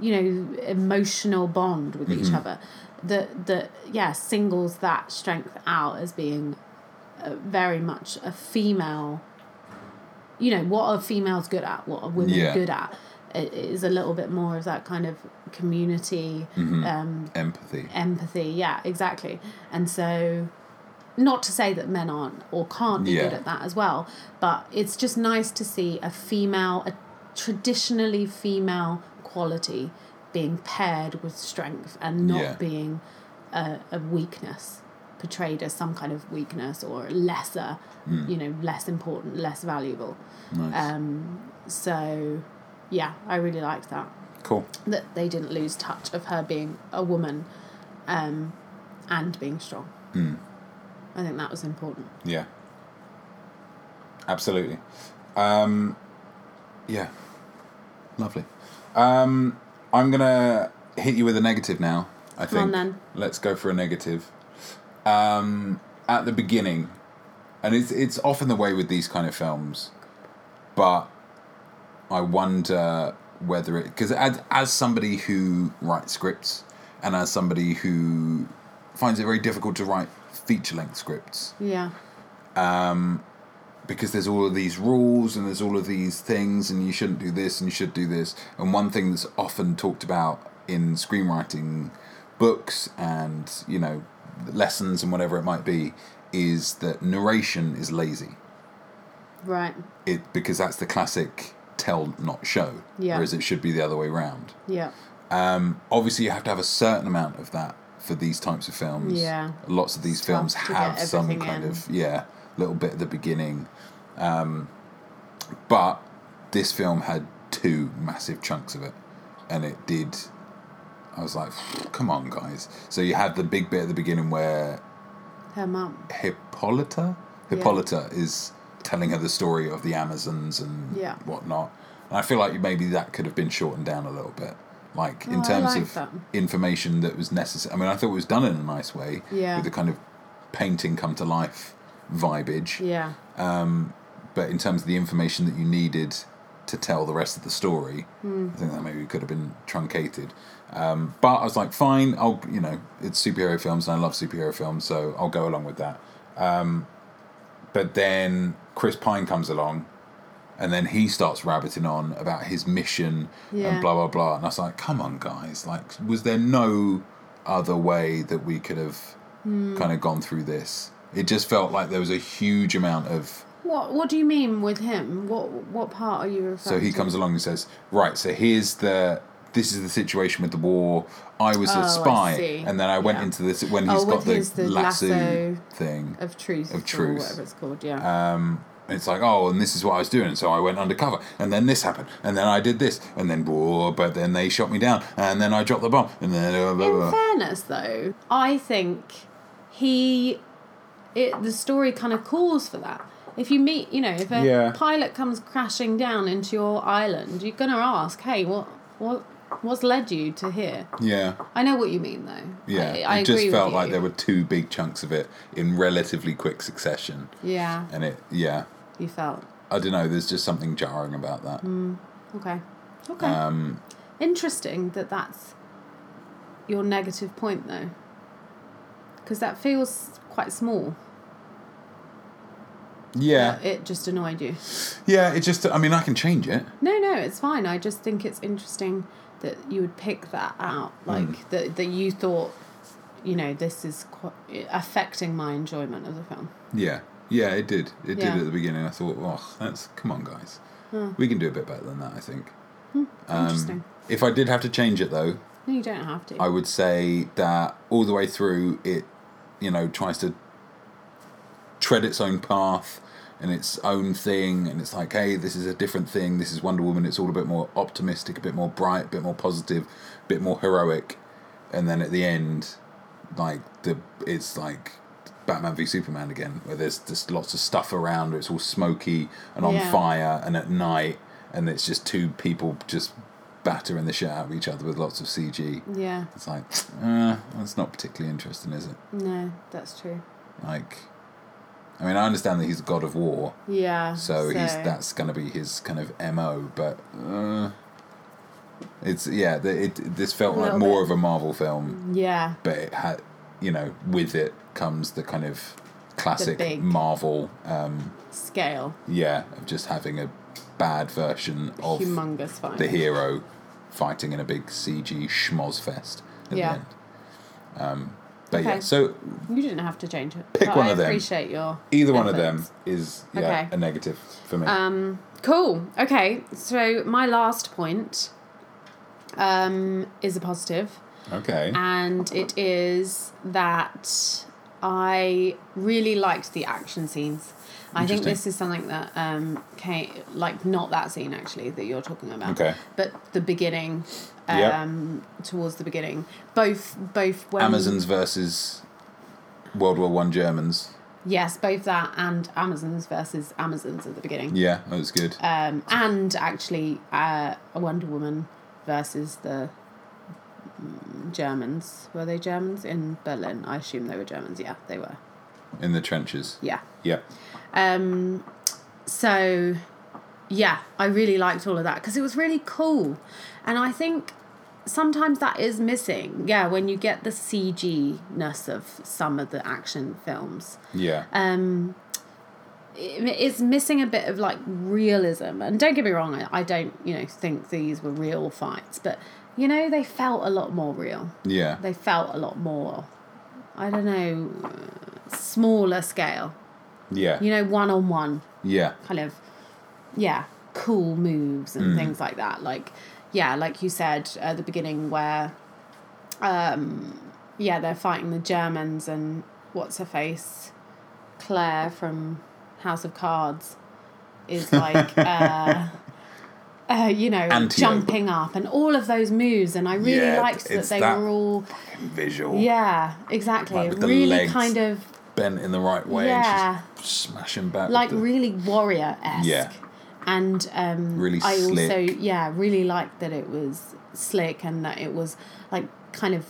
B: you know, emotional bond with each other. That that yeah singles that strength out as being very much a female you know what are females good at what are women
A: Yeah.
B: good at it is a little bit more of that kind of community um,
A: Empathy.
B: empathy yeah exactly and so not to say that men aren't or can't be good
A: Yeah.
B: at that as well but it's just nice to see a female a traditionally female quality being paired with strength and not
A: Yeah.
B: being a, a weakness portrayed as some kind of weakness or lesser you know less important less valuable
A: Hmm. Nice.
B: um, so yeah i really liked that
A: cool.
B: that they didn't lose touch of her being a woman um, and being strong.
A: Hmm.
B: I think that was important.
A: Yeah. Absolutely. Um, yeah. Lovely. Um, I'm going to hit you with a negative now, I
B: Come
A: think.
B: on then.
A: Let's go for a negative. Um, at the beginning, and it's, it's often the way with these kind of films, but I wonder whether it because as, as somebody who writes scripts and as somebody who finds it very difficult to write feature length scripts
B: Yeah.
A: because there's all of these rules and there's all of these things and you shouldn't do this and you should do this and one thing that's often talked about in screenwriting books and you know lessons and whatever it might be is that narration is lazy
B: Right.
A: it because that's the classic tell not show
B: Yeah.
A: whereas it should be the other way round
B: Yeah.
A: obviously you have to have a certain amount of that for these types of films.
B: Yeah.
A: Lots of these
B: It's
A: films
B: tough to
A: have
B: get
A: some
B: everything
A: kind
B: in.
A: of yeah, little bit at the beginning. Um, but this film had two massive chunks of it, and it did. I was like, come on, guys. So you have the big bit at the beginning where
B: Her mum.
A: Hippolyta.
B: Yeah.
A: Hippolyta is telling her the story of the Amazons and
B: Yeah.
A: whatnot. And I feel like maybe that could have been shortened down a little bit. Like in
B: Oh, I
A: terms
B: like
A: of
B: that.
A: information that was necessary. I mean, I thought it was done in a nice way
B: Yeah.
A: with the kind of painting come to life vibage.
B: Yeah.
A: But in terms of the information that you needed to tell the rest of the story, I think that maybe could have been truncated. Um, but I was like, fine, I'll, you know, it's superhero films and I love superhero films, so I'll go along with that. Um, but then Chris Pine comes along and then he starts rabbiting on about his mission
B: Yeah.
A: and blah, blah, blah. And I was like, come on, guys, like, was there no other way that we could have kind of gone through this? It just felt like there was a huge amount of
B: What What do you mean with him? What What part are you
A: so
B: referring?
A: he
B: to?
A: comes along and says, "Right, so here's the this is the situation with the war. I was
B: Oh,
A: a
B: I
A: spy,
B: see.
A: and then I went
B: Yeah.
A: into this when
B: Oh,
A: he's
B: with
A: got the,
B: his- the
A: lasso,
B: lasso
A: thing.
B: of truth.
A: of
B: Or
A: truth.
B: whatever it's called. Yeah.
A: And it's like, oh, and this is what I was doing. And so I went undercover, and then this happened, and then I did this, and then war, but then they shot me down, and then I dropped the bomb, and then uh, blah, blah, blah.
B: In fairness, though, I think he, it the story kind of calls for that. If you meet, you know, if a
A: Yeah.
B: pilot comes crashing down into your island, you're gonna ask, "Hey, what, what, what's led you to here?"
A: yeah,
B: I know what you mean, though.
A: yeah.
B: I, I
A: it
B: agree
A: just
B: with
A: felt
B: you.
A: like there were two big chunks of it in relatively quick succession,
B: Yeah,
A: and it, yeah,
B: you felt
A: I don't know. There's just something jarring about that.
B: Mm. okay, okay.
A: Um,
B: Interesting that that's your negative point, though, because that feels quite small.
A: Yeah,
B: but It just annoyed you.
A: yeah. It just, I mean, I can change it.
B: No, no, it's fine. I just think it's interesting that you would pick that out,
A: Hmm.
B: like that that you thought, you know, this is quite affecting my enjoyment of the film.
A: Yeah, yeah, it did. It
B: Yeah.
A: did at the beginning. I thought, oh, that's come on, guys, we can do a bit better than that. I think. Um,
B: interesting.
A: If I did have to change it though,
B: No, you don't have to.
A: I would say that all the way through, it, you know, tries to tread its own path and its own thing, and it's like, hey, this is a different thing. This is Wonder Woman. It's all a bit more optimistic, a bit more bright, a bit more positive, a bit more heroic, and then at the end, like the it's like. Batman v Superman again, where there's just lots of stuff around, where it's all smoky and on
B: Yeah.
A: fire, and at night, and it's just two people just battering the shit out of each other with lots of CG.
B: yeah,
A: It's like, uh, that's not particularly interesting, is it?
B: no, that's true.
A: Like, I mean, I understand that he's a god of war,
B: Yeah.
A: so, he's that's going to be his kind of mo. But uh, it's yeah, the, it this felt
B: A
A: like
B: little
A: more
B: bit.
A: of a Marvel film,
B: Yeah.
A: but it had, you know, with it comes the kind of classic
B: big-
A: Marvel, um,
B: Scale.
A: yeah, of just having a bad version of
B: humongous fine.
A: the hero fighting in a big CG schmoz fest at
B: Yeah.
A: the end. Um, but yeah,
B: Okay.
A: so
B: You didn't have to change it.
A: Pick
B: but
A: one
B: I
A: of them.
B: Appreciate your
A: Either one of them
B: efforts.
A: is yeah
B: Okay. Um,
A: a negative for me.
B: Cool. Okay. So my last point um, is a positive.
A: okay.
B: and it is that I really liked the action scenes. I think
A: Interesting.
B: this is something that um came like not that scene actually that you're talking about.
A: Okay.
B: But the beginning,
A: Yep.
B: um, towards the beginning, both both when
A: Amazons versus World War One Germans.
B: yes, both that and Amazons versus Amazons at the beginning.
A: Yeah, that was good.
B: Um, and actually, uh, a Wonder Woman versus the mm, Germans. Were they Germans in Berlin? I assume they were Germans. Yeah, they were.
A: in the trenches.
B: Yeah.
A: Yeah.
B: Um, so, yeah, I really liked all of that because it was really cool. And I think sometimes that is missing. Yeah, when you get the CG ness of some of the action films,
A: Yeah.
B: um, it- it's missing a bit of like realism. And don't get me wrong, I, I don't, you know, think these were real fights, but you know, they felt a lot more real.
A: yeah.
B: They felt a lot more, I don't know, uh, smaller scale,
A: yeah.
B: you know, one on one
A: yeah.
B: kind of yeah cool moves
A: Mm.
B: and things like that like yeah like you said at the beginning where um yeah they're fighting the germans and what's her face claire from house of cards is like uh, uh you know
A: Antiope.
B: jumping up and all of those moves and i really
C: Yeah,
B: liked that
C: it's
B: they
C: that-
B: were all
A: Visual.
B: yeah exactly
A: Like with the
B: really
A: legs.
B: kind of
A: Bent in the right way.
B: Yeah.
A: And just smashing back.
B: like
A: with the-
B: really warrior esque.
A: Yeah.
B: And um,
A: Really
B: I also
A: slick.
B: yeah really liked that it was slick and that it was like kind of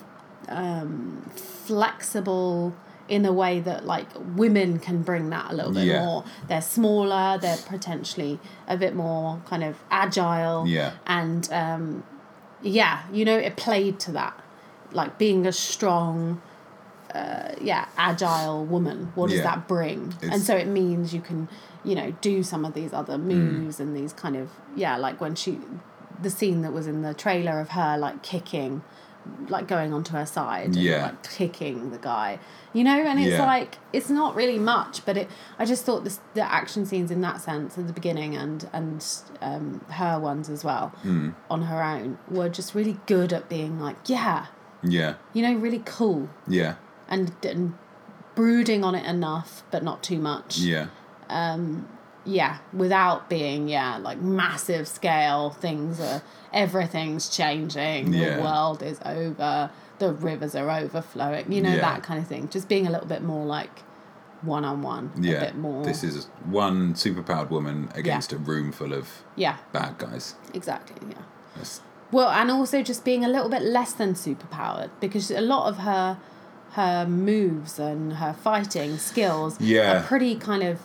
B: um, flexible in a way that like women can bring that a little bit
A: Yeah.
B: more. They're smaller. They're potentially a bit more kind of agile.
A: Yeah.
B: And um, yeah, you know it played to that, like being a strong uh, yeah, agile woman. What does
A: Yeah.
B: that bring? and
A: It's- Mm.
B: so it means you can, you know, do some of these other moves and these kind of yeah, like when she, the scene that was in the trailer of her like kicking, like going onto her side,
A: Yeah.
B: and, like kicking the guy, you know, and it's
A: Yeah.
B: like it's not really much, but it. I just thought this the action scenes in that sense at the beginning and and um, her ones as well
A: Hmm.
B: on her own were just really good at being like yeah,
A: Yeah.
B: you know, really cool
A: Yeah.
B: and, and brooding on it enough, but not too much.
A: Yeah.
B: Yeah, without being yeah like massive scale things are everything's changing.
A: Yeah.
B: The world is over. The rivers are overflowing. You know
A: Yeah.
B: that kind of thing. Just being a little bit more like one on one.
A: Yeah.
B: A bit more.
A: This is one superpowered woman against a room full of
B: yeah,
A: bad guys.
B: exactly. Yeah.
A: That's-
B: Well, and also just being a little bit less than superpowered because a lot of her her moves and her fighting skills
A: Yeah.
B: are pretty kind of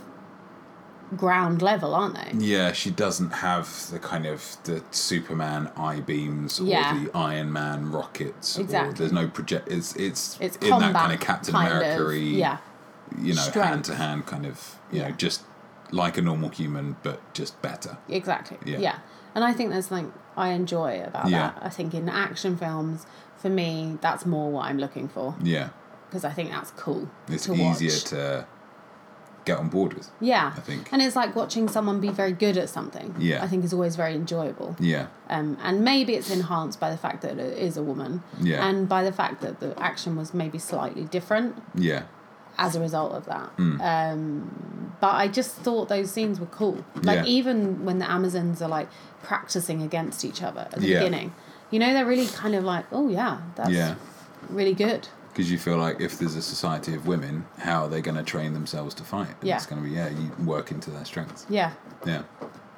B: ground level, aren't they?
A: Yeah, she doesn't have the kind of the Superman eye beams or
B: Yeah.
A: the Iron Man rockets. Or
B: Exactly.
A: there's no project. It's it's,
B: It's
A: in
B: combat
A: that kind of Captain
B: kind of-
A: America.
B: yeah,
A: you know,
B: strength.
A: hand to hand kind of you
B: Yeah.
A: know just like a normal human but just better.
B: exactly.
A: Yeah.
B: Yeah. and I think there's something I enjoy about
A: Yeah.
B: that. I think in action films, for me, that's more what I'm looking for
A: Yeah,
B: because I think that's cool.
A: it's
B: to
A: easier
B: watch.
A: to get on board with.
B: Yeah,
A: I think.
B: and it's like watching someone be very good at something.
A: Yeah.
B: I think is always very enjoyable.
A: Yeah,
B: um, and maybe it's enhanced by the fact that it is a woman
A: Yeah.
B: and by the fact that the action was maybe slightly different
A: yeah,
B: as a result of that
A: Hmm.
B: um, but i just thought those scenes were cool like
A: Yeah.
B: even when the amazons are like practicing against each other at the
A: Yeah.
B: beginning you know they're really kind of like oh yeah that's
A: yeah.
B: really good
A: Because you feel like if there's a society of women, how are they going to train themselves to fight? And
B: Yeah.
A: it's going to be yeah, you work into their strengths.
B: yeah
A: Yeah.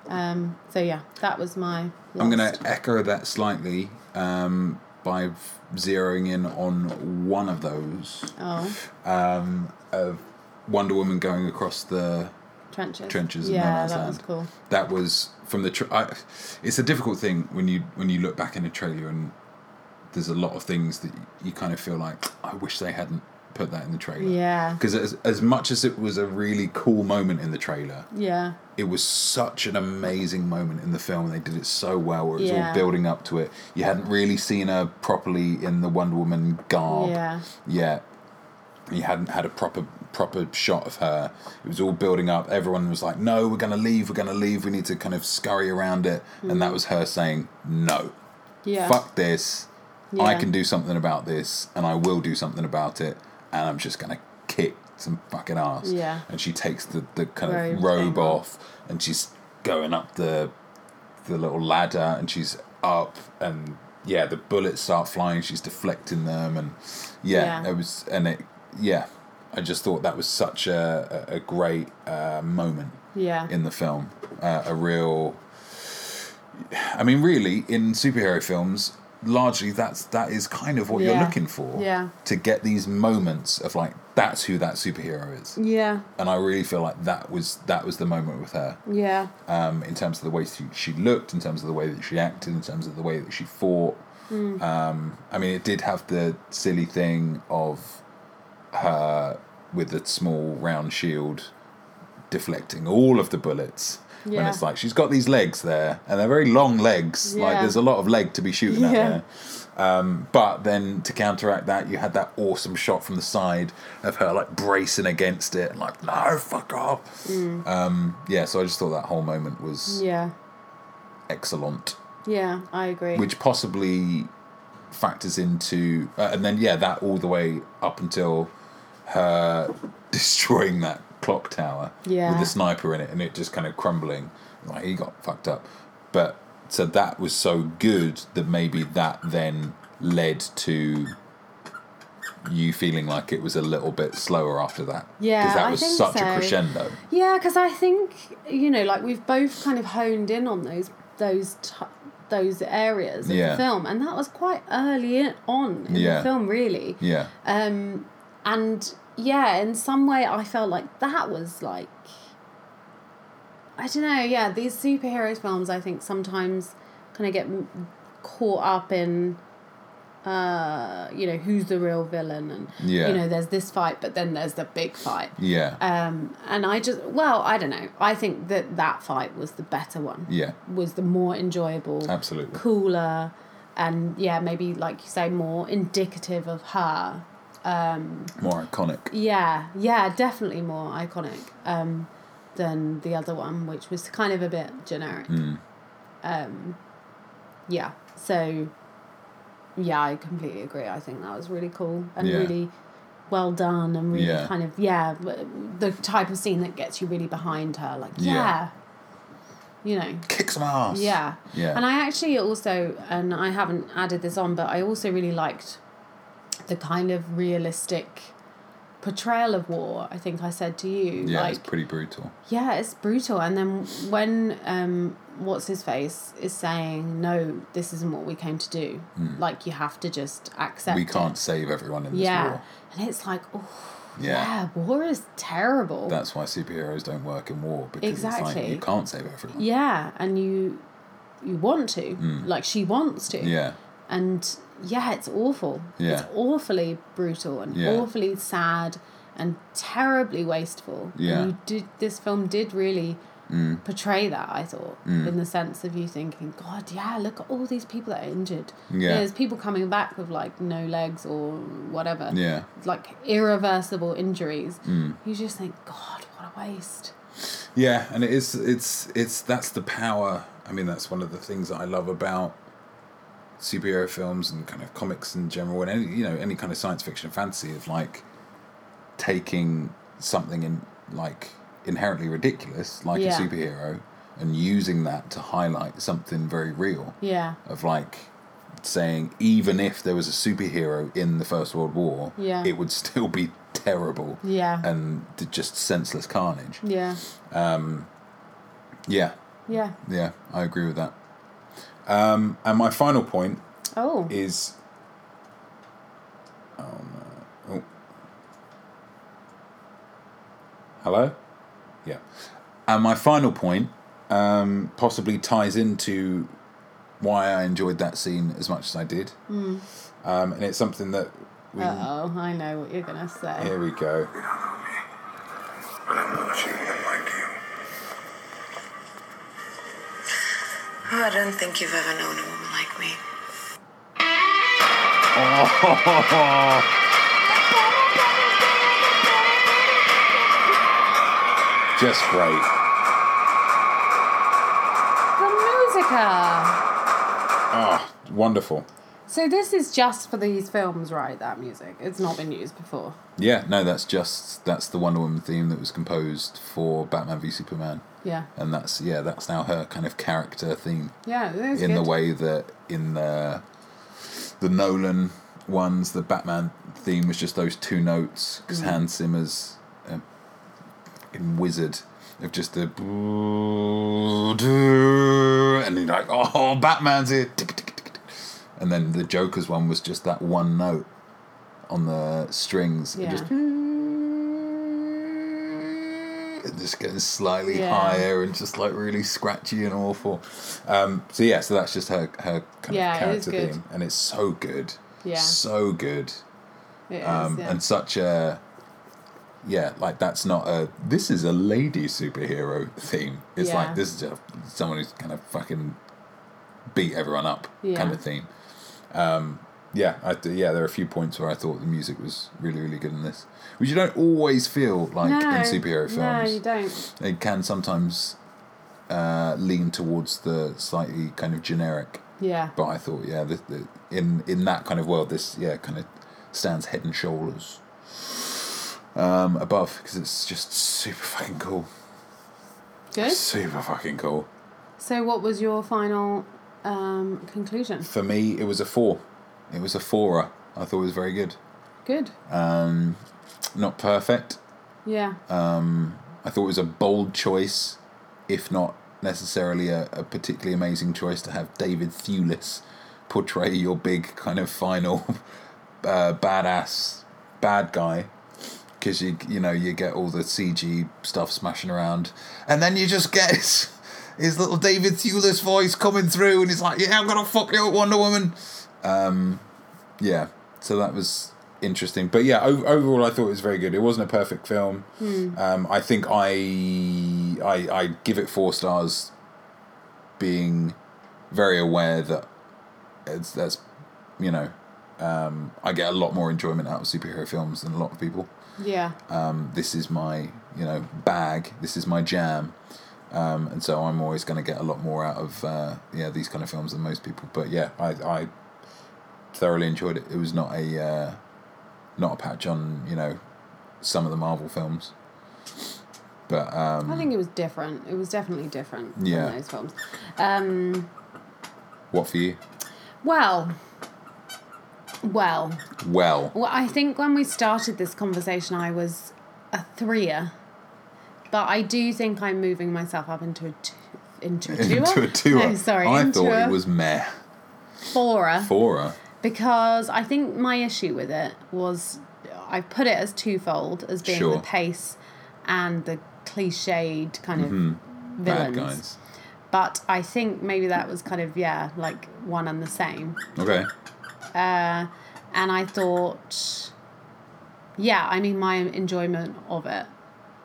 B: um, so yeah that was my last.
A: I'm going to echo that slightly um, by v- zeroing in on one of those
B: oh
A: um, of Wonder Woman going across the
B: trenches
A: trenches of No
B: yeah
A: Man's
B: that
A: Land.
B: was cool
A: That was from the. Tra- I, it's a difficult thing when you when you look back in a trailer and there's a lot of things that you kind of feel like I wish they hadn't put that in the trailer.
B: Yeah.
A: Because as as much as it was a really cool moment in the trailer,
B: yeah
A: it was such an amazing moment in the film. They did it so well. Where it was all
B: Yeah.
A: building up to it. You hadn't really seen her properly in the Wonder Woman garb
B: yeah
A: yet. You hadn't had a proper proper shot of her. It was all building up. Everyone was like, "No, we're gonna leave. We're gonna leave. We need to kind of scurry around it." And
B: Mm.
A: that was her saying, "No,
B: yeah
A: fuck this. I
B: Yeah.
A: can do something about this, and I will do something about it. And I'm just gonna kick some fucking ass."
B: Yeah.
A: And she takes the the kind of
B: Robe
A: robe
B: thing
A: off, and she's going up the the little ladder, and she's up, and yeah, the bullets start flying. She's deflecting them, and yeah,
B: Yeah.
A: it was, and it, yeah. I just thought that was such a, a a great uh, moment
B: yeah
A: in the film. Uh, a real. I mean, really, in superhero films, largely that's that is kind of what you're
B: Yeah.
A: looking for.
B: Yeah.
A: To get these moments of like that's who that superhero is.
B: Yeah.
A: And I really feel like that was that was the moment with her.
B: Yeah.
A: Um, in terms of the way she, she looked, in terms of the way that she acted, in terms of the way that she fought.
B: Mm.
A: Um, I mean, it did have the silly thing of her with the small round shield deflecting all of the bullets. When
B: Yeah.
A: it's like she's got these legs there, and they're very long legs. Like
B: Yeah.
A: there's a lot of leg to be shooting at
B: Yeah.
A: there. Um, but then to counteract that, you had that awesome shot from the side of her like bracing against it, and like no, fuck off. Um, yeah, so I just thought that whole moment was
B: Yeah.
A: excellent,
B: Yeah. I agree.
A: which possibly factors into, uh, and then yeah, that all the way up until her destroying that clock tower with
B: Yeah.
A: the sniper in it, and it just kind of crumbling. Like he got fucked up, but so that was so good that maybe that then led to you feeling like it was a little bit slower after that.
B: Yeah,
A: because that
B: I
A: was
B: think
A: such
B: so.
A: a crescendo.
B: Yeah, because I think you know, like we've both kind of honed in on those those t- those areas of
A: Yeah.
B: the film, and that was quite early in, on in
A: Yeah.
B: the film, really.
A: Yeah,
B: Um, and yeah, in some way, I felt like that was like I don't know. Yeah, these superhero films, I think sometimes kind of get m- caught up in uh you know who's the real villain and
A: Yeah.
B: you know there's this fight but then there's the big fight
A: yeah,
B: um, and I just, well, I don't know. I think that that fight was the better one.
A: yeah.
B: Was the more enjoyable.
A: Absolutely.
B: Cooler. And yeah, maybe like you say, more indicative of her.
A: More iconic.
B: Yeah, yeah, definitely more iconic um, than the other one, which was kind of a bit generic.
A: Hmm.
B: Um, yeah, so yeah, I completely agree. I think that was really cool and
A: Yeah.
B: really well done and really
A: Yeah.
B: kind of yeah w- the type of scene that gets you really behind her like
A: Yeah.
B: yeah, you know
A: Kick some ass.
B: yeah
A: Yeah.
B: and i actually also and i haven't added this on but i also really liked the kind of realistic portrayal of war i think i said to you
A: Yeah,
B: like
A: it's pretty brutal.
B: yeah, it's brutal. And then when um, what's his face is saying, "No, this isn't what we came to do. Like you have to just accept.
A: Hmm. We
B: it."
A: can't save everyone in this
B: Yeah,
A: war.
B: and it's like, oh
A: Yeah.
B: yeah, war is terrible.
A: That's why superheroes don't work in war because it's like
B: Exactly.
A: you can't save everyone.
B: yeah, and you you want to like she wants to.
A: Hmm. Yeah.
B: and yeah, it's awful.
A: Yeah.
B: It's awfully brutal and
A: Yeah.
B: awfully sad and terribly wasteful.
A: Yeah. Mm.
B: And you did this film did really portray that, I thought, in the sense of you thinking, God, yeah, look at all these people that are injured. You know,
A: Yeah.
B: there's people coming back with like no legs or whatever.
A: Yeah. Mm.
B: Like irreversible injuries. You just think, God, what a waste.
A: Yeah, and it is it's it's that's the power. I mean, that's one of the things that I love about superhero films and kind of comics in general and any you know, any kind of science fiction and fantasy of like taking something in like inherently ridiculous, like
B: Yeah.
A: a superhero, and using that to highlight something very real.
B: Yeah.
A: of like saying even if there was a superhero in the First World War,
B: Yeah.
A: it would still be terrible
B: Yeah.
A: and d- just senseless carnage.
B: yeah.
A: Yeah,
B: Yeah.
A: yeah, I agree with that. Um, and my final point
B: Oh.
A: is. Oh, no. oh. Hello? Yeah. And my final point um, possibly ties into why I enjoyed that scene as much as I did. Um, and it's something that we.
B: Oh, I know what you're gonna say.
A: Here we go.
E: But I want you and I like you.
F: Oh, I don't think you've ever known a woman like me.
A: Just great.
B: The musica.
A: Ah, wonderful.
B: So this is just for these films, right? That music. It's not been used before.
A: Yeah, no, that's just that's the Wonder Woman theme that was composed for Batman v Superman.
B: Yeah.
A: and that's yeah that's now her kind of character theme
B: Yeah. That's
A: in
B: good.
A: the way that in the the nolan ones the batman theme was just those two notes because
B: Mm.
A: hans zimmer's um, in wizard of just the and you're like oh batman's here Tick, tick, tick, tick. and then the Joker's one was just that one note on the strings. It
B: Yeah.
A: Just it just getting slightly
B: Yeah.
A: higher and just like really scratchy and awful. Um, so yeah, so that's just her her kind
B: Yeah,
A: of
B: it is
A: character
B: good.
A: theme, and it's so good,
B: Yeah.
A: so good,
B: It is,
A: um,
B: yeah.
A: and such a yeah, like that's not a this is a lady superhero theme. It's
B: Yeah.
A: like this is just someone who's kind of fucking beat everyone up
B: Yeah.
A: kind of theme. Um, yeah, I, d- yeah, there are a few points where I thought the music was really really good in this, which you don't always feel like in superhero films
B: No, you don't.
A: it can sometimes uh, lean towards the slightly kind of generic.
B: Yeah.
A: But I thought, yeah, the, the, in in that kind of world, this yeah kind of stands head and shoulders um, above because it's just super fucking cool,
B: Good.
A: super fucking cool.
B: So, what was your final um, conclusion?
A: For me, it was a four. It was a fourer. I thought it was very good.
B: Good.
A: Not perfect.
B: yeah.
A: I thought it was a bold choice, if not necessarily a, a particularly amazing choice, to have David Thewlis portray your big kind of final uh, badass bad guy. Because you you know you get all the CG stuff smashing around, and then you just get his, his little David Thewlis voice coming through, and he's like, "Yeah, I'm gonna fuck you, Wonder Woman." yeah so that was interesting but yeah o- overall i thought it was very good it wasn't a perfect film um, i think I, I i give it four stars being very aware that it's that's you know um, i get a lot more enjoyment out of superhero films than a lot of people
B: yeah.
A: um, this is my you know bag this is my jam um, and so I'm always going to get a lot more out of uh, yeah these kind of films than most people but yeah I, I thoroughly enjoyed it it was not a uh, not a patch on you know some of the Marvel films but um,
B: I think it was different. It was definitely different
A: Yeah.
B: from those films. Um,
A: what for you
B: well, well,
A: well
B: well, I think when we started this conversation, I was a threer, but I do think I'm moving myself up into a two, into a two.
A: into a tour
B: No, sorry,
A: I
B: into
A: thought
B: a
A: it was meh
B: fourer.
A: Fora
B: because I think my issue with it was I put it as twofold as being
A: Sure.
B: the pace and the cliched kind of
A: Mm-hmm. bad
B: villains.
A: guys
B: But I think maybe that was kind of yeah, like one and the same.
A: okay
B: Uh, And I thought, yeah, I mean my enjoyment of it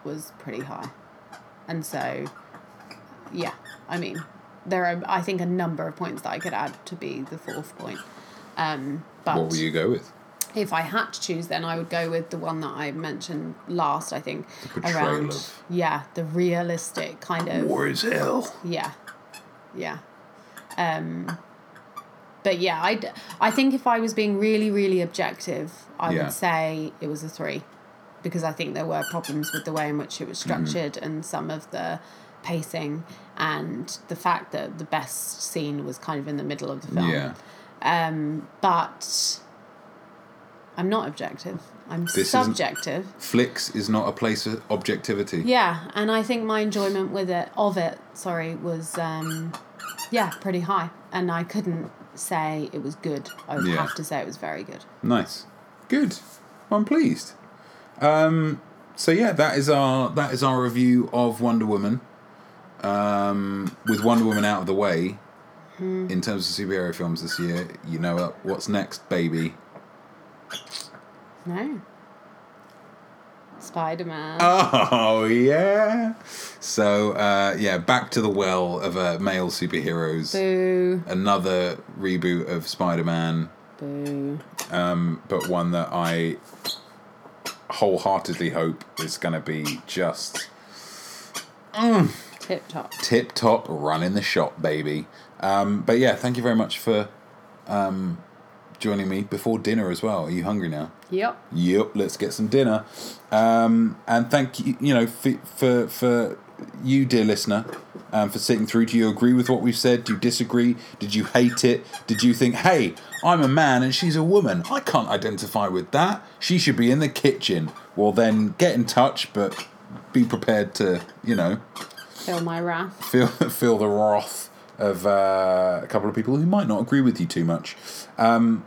B: was pretty high, and so yeah, I mean there are I think a number of points that I could add to be the fourth point. Um, but
A: what will you go with
B: if I had to choose, then I would go with the one that I mentioned last. I think
A: portrayal of-
B: yeah, the realistic kind of
A: war is hell
B: yeah, yeah. Um, but yeah, I I think if I was being really really objective, I
A: Yeah.
B: would say it was a three, because I think there were problems with the way in which it was
A: Mm-hmm.
B: structured and some of the pacing and the fact that the best scene was kind of in the middle of the film
A: yeah
B: but I'm not objective. I'm
A: isn't-
B: subjective.
A: Flicks is not a place of objectivity
B: Yeah, and I think my enjoyment with it of it, sorry, was um, yeah, pretty high, and I couldn't say it was good. I would
A: Yeah.
B: have to say it was very good.
A: Nice. Good. Well, I'm pleased. Um, so yeah, that is our that is our review of Wonder Woman. Um, with Wonder Woman out of the way, in terms of superhero films this year, you know what- what's next, baby.
B: No. Spider Man.
A: Oh yeah. So uh, yeah, back to the well of uh, male superheroes.
B: boo.
A: Another reboot of Spider-Man.
B: Boo.
A: but one that I wholeheartedly hope is going to be just
B: Tip top.
A: tip top running the shop, baby. Um, but yeah, thank you very much for um, joining me before dinner as well. Are you hungry now?
B: Yep.
A: Yep, let's get some dinner. Um, and thank you, you know, for for, for you, dear listener, um, for sitting through. Do you agree with what we've said? Do you disagree? Did you hate it? Did you think, hey, I'm a man and she's a woman. I can't identify with that. She should be in the kitchen. Well, then get in touch, but be prepared to, you know,
B: Fill my wrath.
A: feel feel the wrath of uh, a couple of people who might not agree with you too much. Um,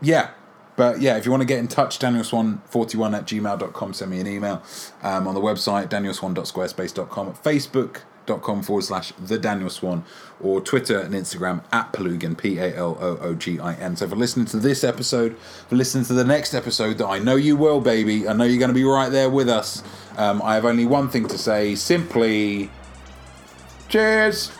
A: yeah. But yeah, if you want to get in touch, danielswan41 at gmail.com, send me an email. Um, on the website, danielswan.squarespace.com, at facebook.com forward slash the Daniel Swan, or Twitter and Instagram at Palugin, P A L O O G I N. So for listening to this episode, for listening to the next episode that I know you will, baby, I know you're going to be right there with us. Um, I have only one thing to say simply, cheers!